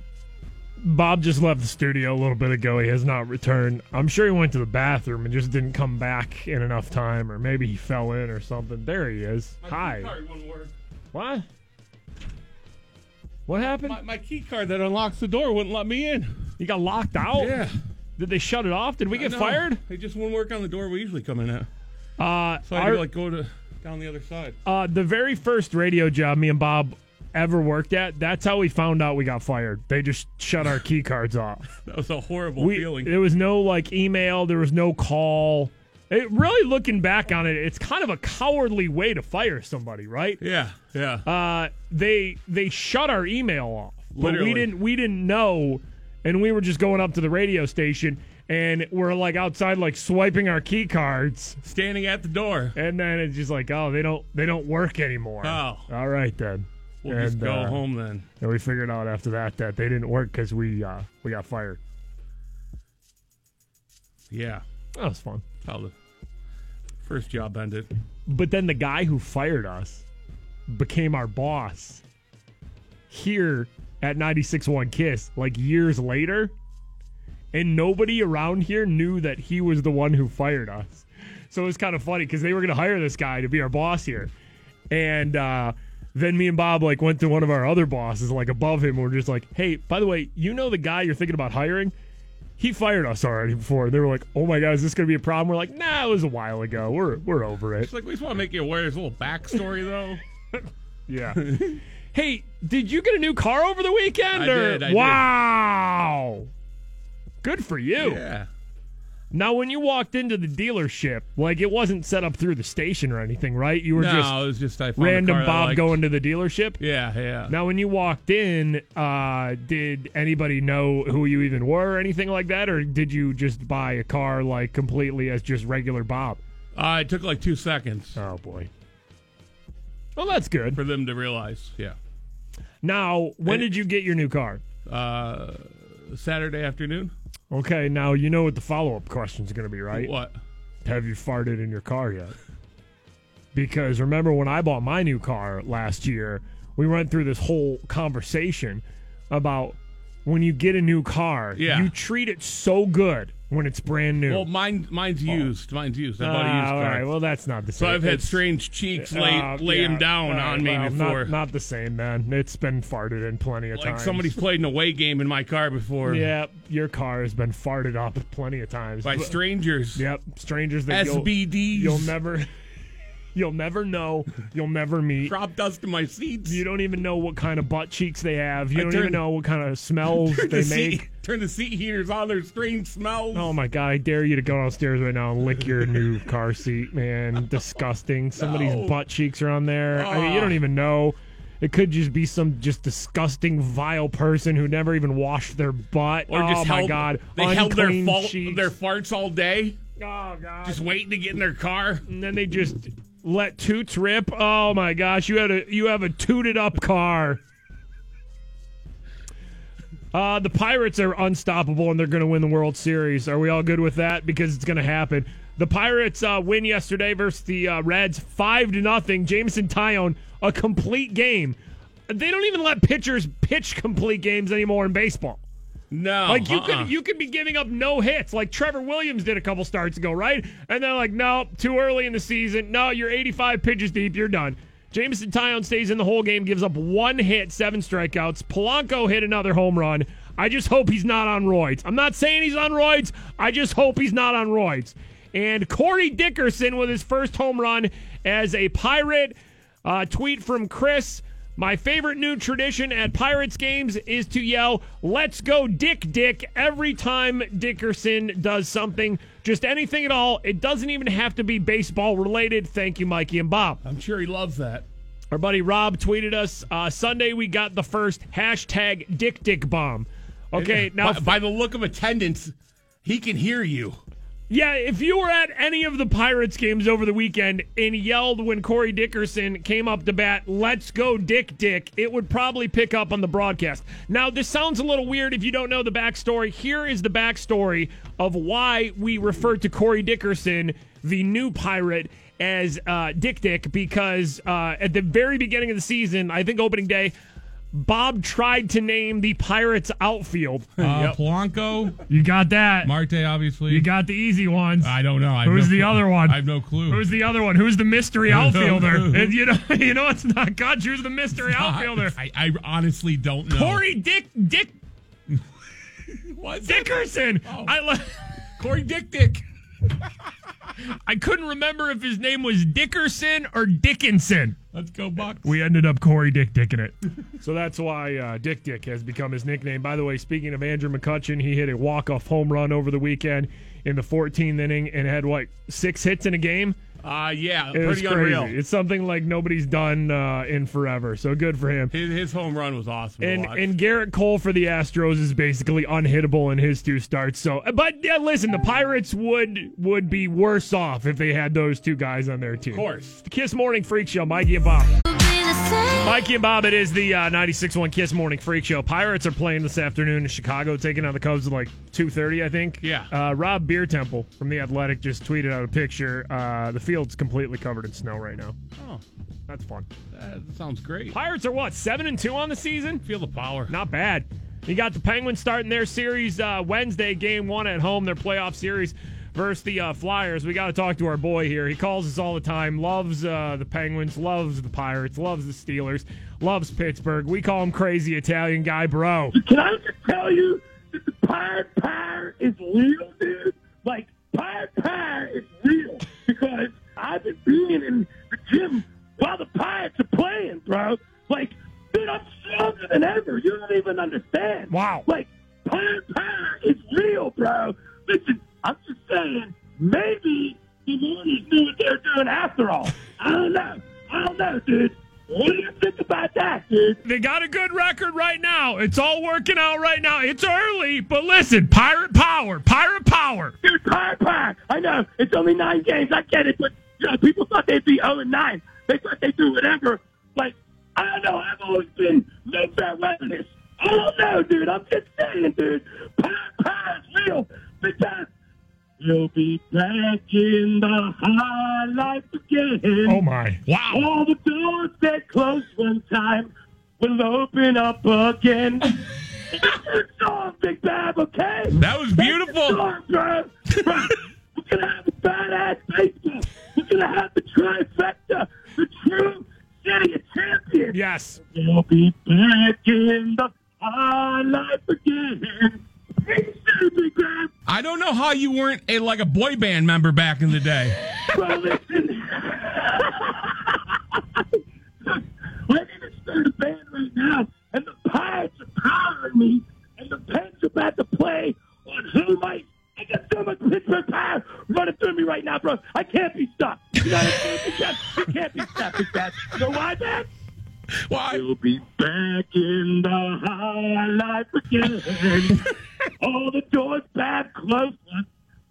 Speaker 3: Bob just left the studio a little bit ago. He has not returned. I'm sure he went to the bathroom and just didn't come back in enough time, or maybe he fell in or something. There he is. Hi. What? What happened?
Speaker 2: My, my key card that unlocks the door wouldn't let me in.
Speaker 3: You got locked out?
Speaker 2: Yeah.
Speaker 3: Did they shut it off? Did we get
Speaker 2: No,
Speaker 3: fired?
Speaker 2: They just wouldn't work on the door we usually come in at.
Speaker 3: Uh,
Speaker 2: So I had
Speaker 3: our-
Speaker 2: to like go to down the other side.
Speaker 3: Uh, the very first radio job me and Bob ever worked at, that's how we found out we got fired. They just shut our key cards off.
Speaker 2: That was a horrible
Speaker 3: we,
Speaker 2: feeling.
Speaker 3: There was no like email, there was no call. It really looking back on it, it's kind of a cowardly way to fire somebody, right?
Speaker 2: yeah, yeah.
Speaker 3: Uh, they they shut our email off, but
Speaker 2: Literally.
Speaker 3: we didn't we didn't know, and we were just going up to the radio station and we're like outside like swiping our key cards,
Speaker 2: Standing at the door.
Speaker 3: and then it's just like oh they don't they don't work anymore.
Speaker 2: Oh.
Speaker 3: all right then.
Speaker 2: We'll just
Speaker 3: And,
Speaker 2: go
Speaker 3: uh,
Speaker 2: home then.
Speaker 3: And we figured out after that that they didn't work because we uh, we got fired.
Speaker 2: Yeah.
Speaker 3: That was fun.
Speaker 2: How the first job ended.
Speaker 3: But then the guy who fired us became our boss here at 96.1 Kiss, like years later. And nobody around here knew that he was the one who fired us. So it was kind of funny because they were going to hire this guy to be our boss here. And uh, then me and Bob like went to one of our other bosses, like above him. We're just like, hey, by the way, you know the guy you're thinking about hiring? he fired us already before. They were like, "Oh my god, is this going to be a problem?" We're like, "Nah, it was a while ago. We're we're over it."
Speaker 2: It's like we just want to make you aware there's a little backstory though.
Speaker 3: [LAUGHS] Yeah. hey, did you get a new car over the weekend?
Speaker 2: I
Speaker 3: or-
Speaker 2: did, I did.
Speaker 3: wow. Good for you.
Speaker 2: Yeah.
Speaker 3: Now, when you walked into the dealership, like it wasn't set up through the station or anything, right? You were
Speaker 2: no,
Speaker 3: just
Speaker 2: it was just I found a
Speaker 3: random
Speaker 2: car that I
Speaker 3: Bob
Speaker 2: liked.
Speaker 3: going to the dealership.
Speaker 2: Yeah, yeah.
Speaker 3: Now, when you walked in, uh, did anybody know who you even were or anything like that, or did you just buy a car like completely as just regular Bob?
Speaker 2: Uh, it took like two seconds.
Speaker 3: Oh boy. Well, that's good
Speaker 2: for them to realize. Yeah.
Speaker 3: Now, when did you get your new car?
Speaker 2: Uh, Saturday afternoon.
Speaker 3: Okay, now you know what the follow up question is going to be, right?
Speaker 2: What?
Speaker 3: Have you farted in your car yet? Because remember when I bought my new car last year, we went through this whole conversation about when you get a new car,
Speaker 2: Yeah.
Speaker 3: you treat it so good when it's brand new.
Speaker 2: Well, mine mine's used. Mine's used. I bought a
Speaker 3: Oh. Ah,
Speaker 2: used
Speaker 3: all
Speaker 2: car.
Speaker 3: right. Well, that's not the
Speaker 2: So
Speaker 3: same.
Speaker 2: I've had
Speaker 3: It's-
Speaker 2: strange cheeks
Speaker 3: Uh,
Speaker 2: lay, laying
Speaker 3: yeah.
Speaker 2: down
Speaker 3: All right,
Speaker 2: on me
Speaker 3: well, not-
Speaker 2: before.
Speaker 3: Not, the same, man. It's been farted in plenty of
Speaker 2: like
Speaker 3: times.
Speaker 2: somebody's played an away game in my car before.
Speaker 3: Yeah, your car has been farted up plenty of times
Speaker 2: By
Speaker 3: But-
Speaker 2: strangers.
Speaker 3: Yep, strangers that you'll-
Speaker 2: SBDs.
Speaker 3: You'll, never, [LAUGHS] you'll never know. You'll never meet.
Speaker 2: Drop dust in my seats.
Speaker 3: You don't even know what kind of butt cheeks they have. You
Speaker 2: I
Speaker 3: don't even
Speaker 2: turned-
Speaker 3: know what kind of
Speaker 2: [LAUGHS]
Speaker 3: smells
Speaker 2: Turn
Speaker 3: they
Speaker 2: the seat-
Speaker 3: [LAUGHS] make.
Speaker 2: turn the seat heaters on. There's strange smells.
Speaker 3: Oh my god! I dare you to go downstairs right now and lick your
Speaker 2: [LAUGHS]
Speaker 3: new car seat, man. Disgusting. Somebody's
Speaker 2: No.
Speaker 3: butt cheeks are on there. I mean, you
Speaker 2: Ah.
Speaker 3: don't even know. It could just be some just disgusting, vile person who never even washed their butt.
Speaker 2: Or just
Speaker 3: oh
Speaker 2: held,
Speaker 3: my god!
Speaker 2: They held their,
Speaker 3: Unclean
Speaker 2: fault,
Speaker 3: cheeks.
Speaker 2: their farts all day.
Speaker 3: Oh god!
Speaker 2: Just waiting to get in their car.
Speaker 3: and then they just let toots rip. Oh my gosh, you had a you have a tooted up car. Uh, the Pirates are unstoppable and they're going to win the World Series. Are we all good with that? Because it's going to happen. The Pirates uh, win yesterday versus the uh, Reds, five to nothing. Jameson Tyone, a complete game. They don't even let pitchers pitch complete games anymore in baseball.
Speaker 2: No,
Speaker 3: Like you
Speaker 2: uh-uh.
Speaker 3: could you could be giving up no hits, like Trevor Williams did a couple starts ago, right? And they're like, no, too early in the season. No, you're 85 pitches deep, you're done. Jameson Tyone stays in the whole game, gives up one hit, seven strikeouts. Polanco hit another home run. I just hope he's not on roids. I'm not saying he's on roids. I just hope he's not on roids. And Corey Dickerson with his first home run as a Pirate. Uh, tweet from Chris. My favorite new tradition at Pirates games is to yell, Let's go, Dick Dick, every time Dickerson does something. Just anything at all. It doesn't even have to be baseball related. Thank you, Mikey and Bob. I'm sure he loves that. Our buddy Rob tweeted us uh, Sunday, we got the first hashtag Dick Dick Bomb. Okay, now.
Speaker 2: by, by the look of attendance, he can hear you.
Speaker 3: Yeah, if you were at any of the Pirates games over the weekend and yelled when Corey Dickerson came up to bat, let's go, Dick Dick, it would probably pick up on the broadcast. Now, this sounds a little weird if you don't know the backstory. Here is the backstory of why we refer to Corey Dickerson, the new pirate, as uh, Dick Dick, because uh, at the very beginning of the season, I think opening day, Bob tried to name the Pirates outfield. [LAUGHS]
Speaker 2: Uh,
Speaker 3: Yep.
Speaker 2: Polanco.
Speaker 3: You got that.
Speaker 2: Marte, obviously.
Speaker 3: You got the easy ones.
Speaker 2: I don't know. I have
Speaker 3: Who's
Speaker 2: no
Speaker 3: the
Speaker 2: clue.
Speaker 3: other one?
Speaker 2: I have no clue.
Speaker 3: Who's the other one? Who's
Speaker 2: [LAUGHS]
Speaker 3: the mystery
Speaker 2: I don't
Speaker 3: outfielder?
Speaker 2: know.
Speaker 3: And you know, [LAUGHS] you know, it's not God. Who's the mystery outfielder?
Speaker 2: I, I honestly don't know. [LAUGHS]
Speaker 3: Corey Dick Dick Dickerson.
Speaker 2: Oh.
Speaker 3: I love Corey Dick Dick. [LAUGHS] I couldn't remember if his name was Dickerson or Dickinson.
Speaker 2: Let's go, Buck.
Speaker 3: We ended up Corey Dick
Speaker 2: [LAUGHS]
Speaker 3: dicking it. so that's why uh, Dick Dick has become his nickname. By the way, speaking of Andrew McCutcheon, he hit a walk-off home run over the weekend in the 14th inning and had, what, six hits in a game?
Speaker 2: Uh, yeah,
Speaker 3: It was
Speaker 2: pretty unreal.
Speaker 3: crazy. It's something like nobody's done uh, in forever. So good for him.
Speaker 2: His, his home run was awesome. to
Speaker 3: And
Speaker 2: watch.
Speaker 3: and Garrett Cole for the Astros is basically unhittable in his two starts. So, but yeah, listen, the Pirates would would be worse off if they had those two guys on their team. Of
Speaker 2: course.
Speaker 3: the Kiss Morning Freak Show, Mikey and Bob. Mikey and Bob, it is the uh, 96.1 Kiss Morning Freak Show. Pirates are playing this afternoon in Chicago, taking on the Cubs at like 2.30, I think. Yeah. Uh, Rob Beer Temple from The Athletic just tweeted out a picture. Uh, the field's completely covered in snow right now.
Speaker 2: oh,
Speaker 3: that's fun.
Speaker 2: That sounds great.
Speaker 3: Pirates are what seven and two on the season.
Speaker 2: Feel the power.
Speaker 3: Not bad. You got the Penguins starting their series uh, Wednesday, game one at home, their playoff series versus the uh, Flyers. We got to talk to our boy here. He calls us all the time. Loves uh, the Penguins. Loves the Pirates. Loves the Steelers. Loves Pittsburgh. We call him crazy Italian guy, bro.
Speaker 16: Can I just tell you, that the pirate power is real, dude. Like pirate power is real because I've been being in the gym while the pirates are playing, bro. Like, dude, I'm stronger than ever. You don't even understand. Wow. Like pirate power is real, bro. Listen, I'm just saying, maybe the Marines knew what they were doing after all. I don't know. I don't know, dude. What do you think about that, dude?
Speaker 3: They got a good record right now. It's all working out right now. It's early, but listen, pirate power, pirate power.
Speaker 16: Dude, pirate power. I know it's only nine games. I get it, but you know, people thought they'd be zero and nine. They thought they'd do whatever. Like I don't know. I've always been no fair weaponist. I don't know, dude. I'm just saying, dude. Pirate power is real because you'll be back in the high life again.
Speaker 3: Oh my! Wow.
Speaker 16: All the doors that closed one time will open up again. That's your song, Big Bab. Okay.
Speaker 2: That was beautiful.
Speaker 16: bro. Bro, We're gonna have a badass baseball. We're gonna have the trifecta, the true city of champions.
Speaker 3: Yes.
Speaker 16: We'll be back in the high life again. Big City, Big Bab.
Speaker 2: I don't know how you weren't a like a boy band member back in the
Speaker 16: [LAUGHS]
Speaker 2: day.
Speaker 16: Bro, listen. I need to start a band right now, and the Pirates are powering me, and the Pens are about to play on who might. I got so much Pittsburgh power running through me right now, bro. I can't be stopped. You know what I'm saying? Yes, I can't be stopped with that. You know why, man?
Speaker 2: Why?
Speaker 16: We'll be back in the high life again. All the doors back closed.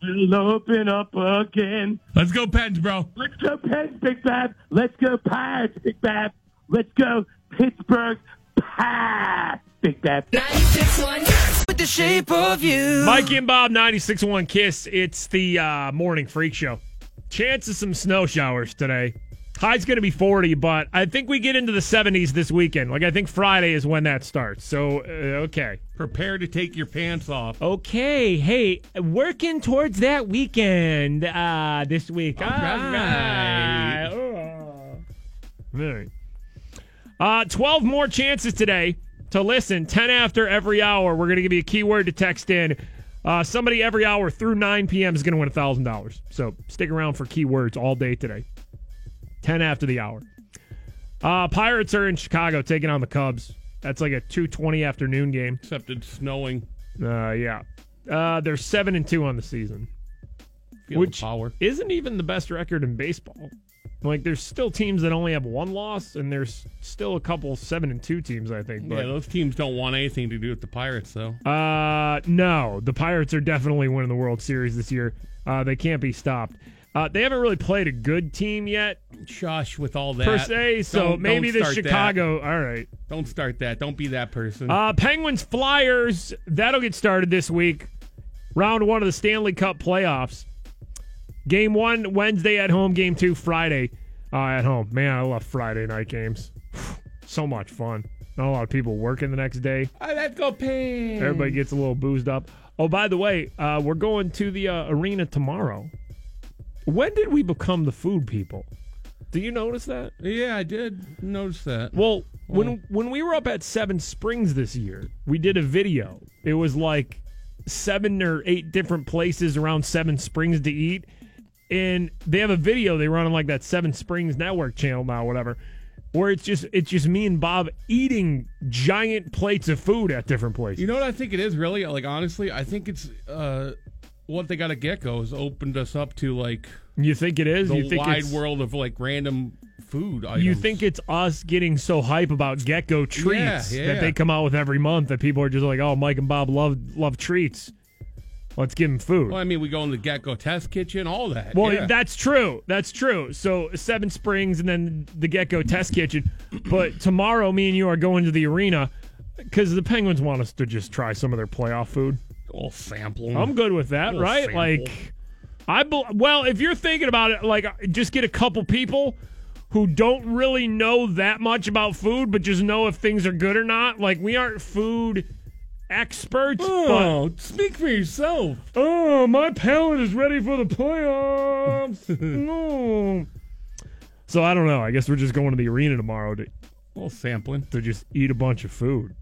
Speaker 16: We'll open up again.
Speaker 2: Let's go, Pens, bro.
Speaker 16: Let's go Pens, Big Bab. Let's go Pirates, Big Bab. Let's go Pittsburgh Pats, Big Bab.
Speaker 3: With the shape of you. [SIGHS] Mikey and Bob 96.1 Kiss. It's the uh, morning freak show. Chance of some snow showers today. High's going to be 40, but I think we get into the 70s this weekend. Like, I think Friday is when that starts. So, uh, okay.
Speaker 2: Prepare to take your pants off.
Speaker 3: Okay. Hey, working towards that weekend uh, this week. All
Speaker 2: right.
Speaker 3: Right. Uh, 12 more chances today to listen. 10 after every hour. We're going to give you a keyword to text in. Uh, somebody every hour through 9 p.m. is going to win $1,000. So stick around for keywords all day today. 10 after the hour. Uh, Pirates are in Chicago taking on the Cubs. That's like a 2:20 afternoon game. Except it's snowing. Uh, yeah. Uh, they're seven and two on the season,
Speaker 2: Feel the
Speaker 3: which isn't even the best record in baseball. Like, there's still teams that only have one loss, and there's still a couple seven and two teams. I think.
Speaker 2: Yeah,
Speaker 3: But
Speaker 2: those teams don't want anything to do with the Pirates, though.
Speaker 3: uh, no, the Pirates are definitely winning the World Series this year. Uh, they can't be stopped. Uh, they haven't really played a good team yet.
Speaker 2: Shush with all that
Speaker 3: per se. So
Speaker 2: Don't- don't
Speaker 3: maybe the
Speaker 2: start that.
Speaker 3: Chicago. All right.
Speaker 2: Don't start that. Don't be that person.
Speaker 3: Uh, Penguins Flyers that'll get started this week. Round one of the Stanley Cup playoffs. Game one Wednesday at home. Game two Friday uh, at home. Man, I love Friday night games. [SIGHS] so much fun. Not a lot of people working the next day.
Speaker 2: I let Uh, go pain.
Speaker 3: Everybody gets a little boozed up. Oh, by the way, uh, we're going to the uh, arena tomorrow. When did we become the food people? Do you notice that?
Speaker 2: Yeah, I did notice that.
Speaker 3: Well, when
Speaker 2: Hmm.
Speaker 3: when we were up at Seven Springs this year, we did a video. It was like seven or eight different places around Seven Springs to eat, and they have a video they run on like that Seven Springs Network channel now, whatever, where it's just it's just me and Bob eating giant plates of food at different places.
Speaker 2: You know what I think it is really? Like honestly, I think it's uh what they got at Gecko has opened us up to like
Speaker 3: You think it is?
Speaker 2: the
Speaker 3: you think
Speaker 2: wide
Speaker 3: it's,
Speaker 2: world of like random food items.
Speaker 3: You think it's us getting so hype about Gecko treats
Speaker 2: yeah,
Speaker 3: that
Speaker 2: yeah.
Speaker 3: they come out with every month that people are just like, "Oh, Mike and Bob love love treats. Let's give them food."
Speaker 2: Well, I mean, we go in the Gecko test kitchen, all that.
Speaker 3: Well,
Speaker 2: yeah.
Speaker 3: that's true. That's true. So Seven Springs and then the Gecko Test Kitchen. But tomorrow, me and you are going to the arena because the Penguins want us to just try some of their playoff food.
Speaker 2: Little sample.
Speaker 3: I'm good with that,
Speaker 2: Little
Speaker 3: right?
Speaker 2: sample.
Speaker 3: Like, I bel well, if you're thinking about it, like, uh, just get a couple people who don't really know that much about food, but just know if things are good or not. Like, we aren't food experts.
Speaker 2: Oh,
Speaker 3: but, speak for yourself. Oh, my palate is ready for the playoffs. no. So I don't know. I guess we're just going to the arena tomorrow to
Speaker 2: little sampling
Speaker 3: to just eat a bunch of food.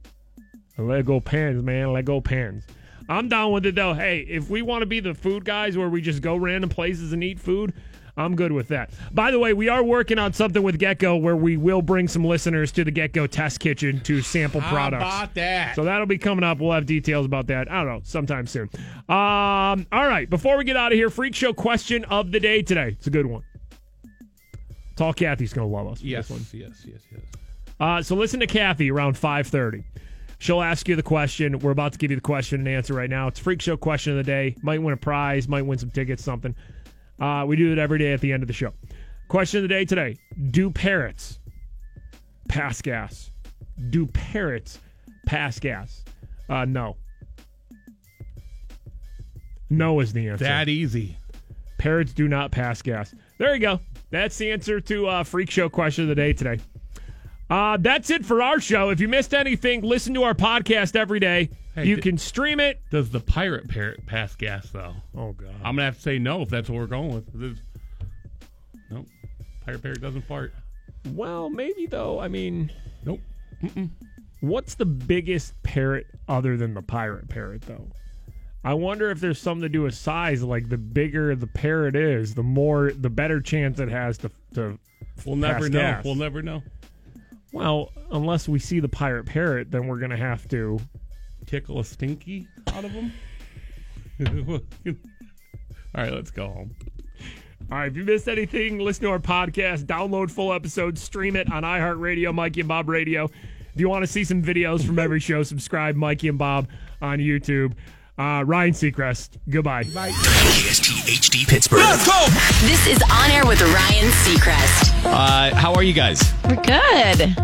Speaker 3: And let go pens, man. Let go pens. I'm down with it though. Hey, if we want to be the food guys where we just go random places and eat food, I'm good with that. By the way, we are working on something with Gecko where we will bring some listeners to the Gecko Test Kitchen to sample
Speaker 2: How
Speaker 3: products.
Speaker 2: about that?
Speaker 3: So that'll be coming up. We'll have details about that. I don't know, sometime soon. Um, all right, before we get out of here, freak show question of the day today. It's a good one. Tall Kathy's gonna love us. for
Speaker 2: yes,
Speaker 3: this one.
Speaker 2: yes, yes, yes.
Speaker 3: Uh, so listen to Kathy around 5:30. She'll ask you the question. We're about to give you the question and answer right now. It's freak show question of the day. Might win a prize. Might win some tickets. Something. Uh, we do it every day at the end of the show. Question of the day today: Do parrots pass gas? Do parrots pass gas? Uh, no. No is the answer.
Speaker 2: That easy.
Speaker 3: Parrots do not pass gas. There you go. That's the answer to uh, freak show question of the day today. Uh, that's it for our show. If you missed anything, listen to our podcast every day.
Speaker 2: Hey,
Speaker 3: you
Speaker 2: d-
Speaker 3: can stream it.
Speaker 2: Does the pirate parrot pass gas though?
Speaker 3: Oh god.
Speaker 2: I'm gonna have to say no if that's what we're going with. This, nope. Pirate parrot doesn't fart.
Speaker 3: Well, maybe though. I mean,
Speaker 2: nope. Mm-mm.
Speaker 3: What's the biggest parrot other than the pirate parrot though? I wonder if there's something to do with size. Like the bigger the parrot is, the more the better chance it has to to.
Speaker 2: We'll never
Speaker 3: pass
Speaker 2: know.
Speaker 3: gas.
Speaker 2: We'll never know.
Speaker 3: Well, unless we see the pirate parrot, then we're gonna have to
Speaker 2: tickle a stinky out of
Speaker 3: [LAUGHS]
Speaker 2: them. [LAUGHS] All right, let's go home.
Speaker 3: All right, if you missed anything, listen to our podcast, download full episodes, stream it on iHeartRadio, Mikey and Bob Radio. If you want to see some videos from every show, subscribe Mikey and Bob on YouTube. Uh, Ryan Seacrest, goodbye.
Speaker 1: KSTHD Pittsburgh.
Speaker 7: This is On Air with Ryan Seacrest.
Speaker 22: Uh, how are you guys?
Speaker 7: We're good.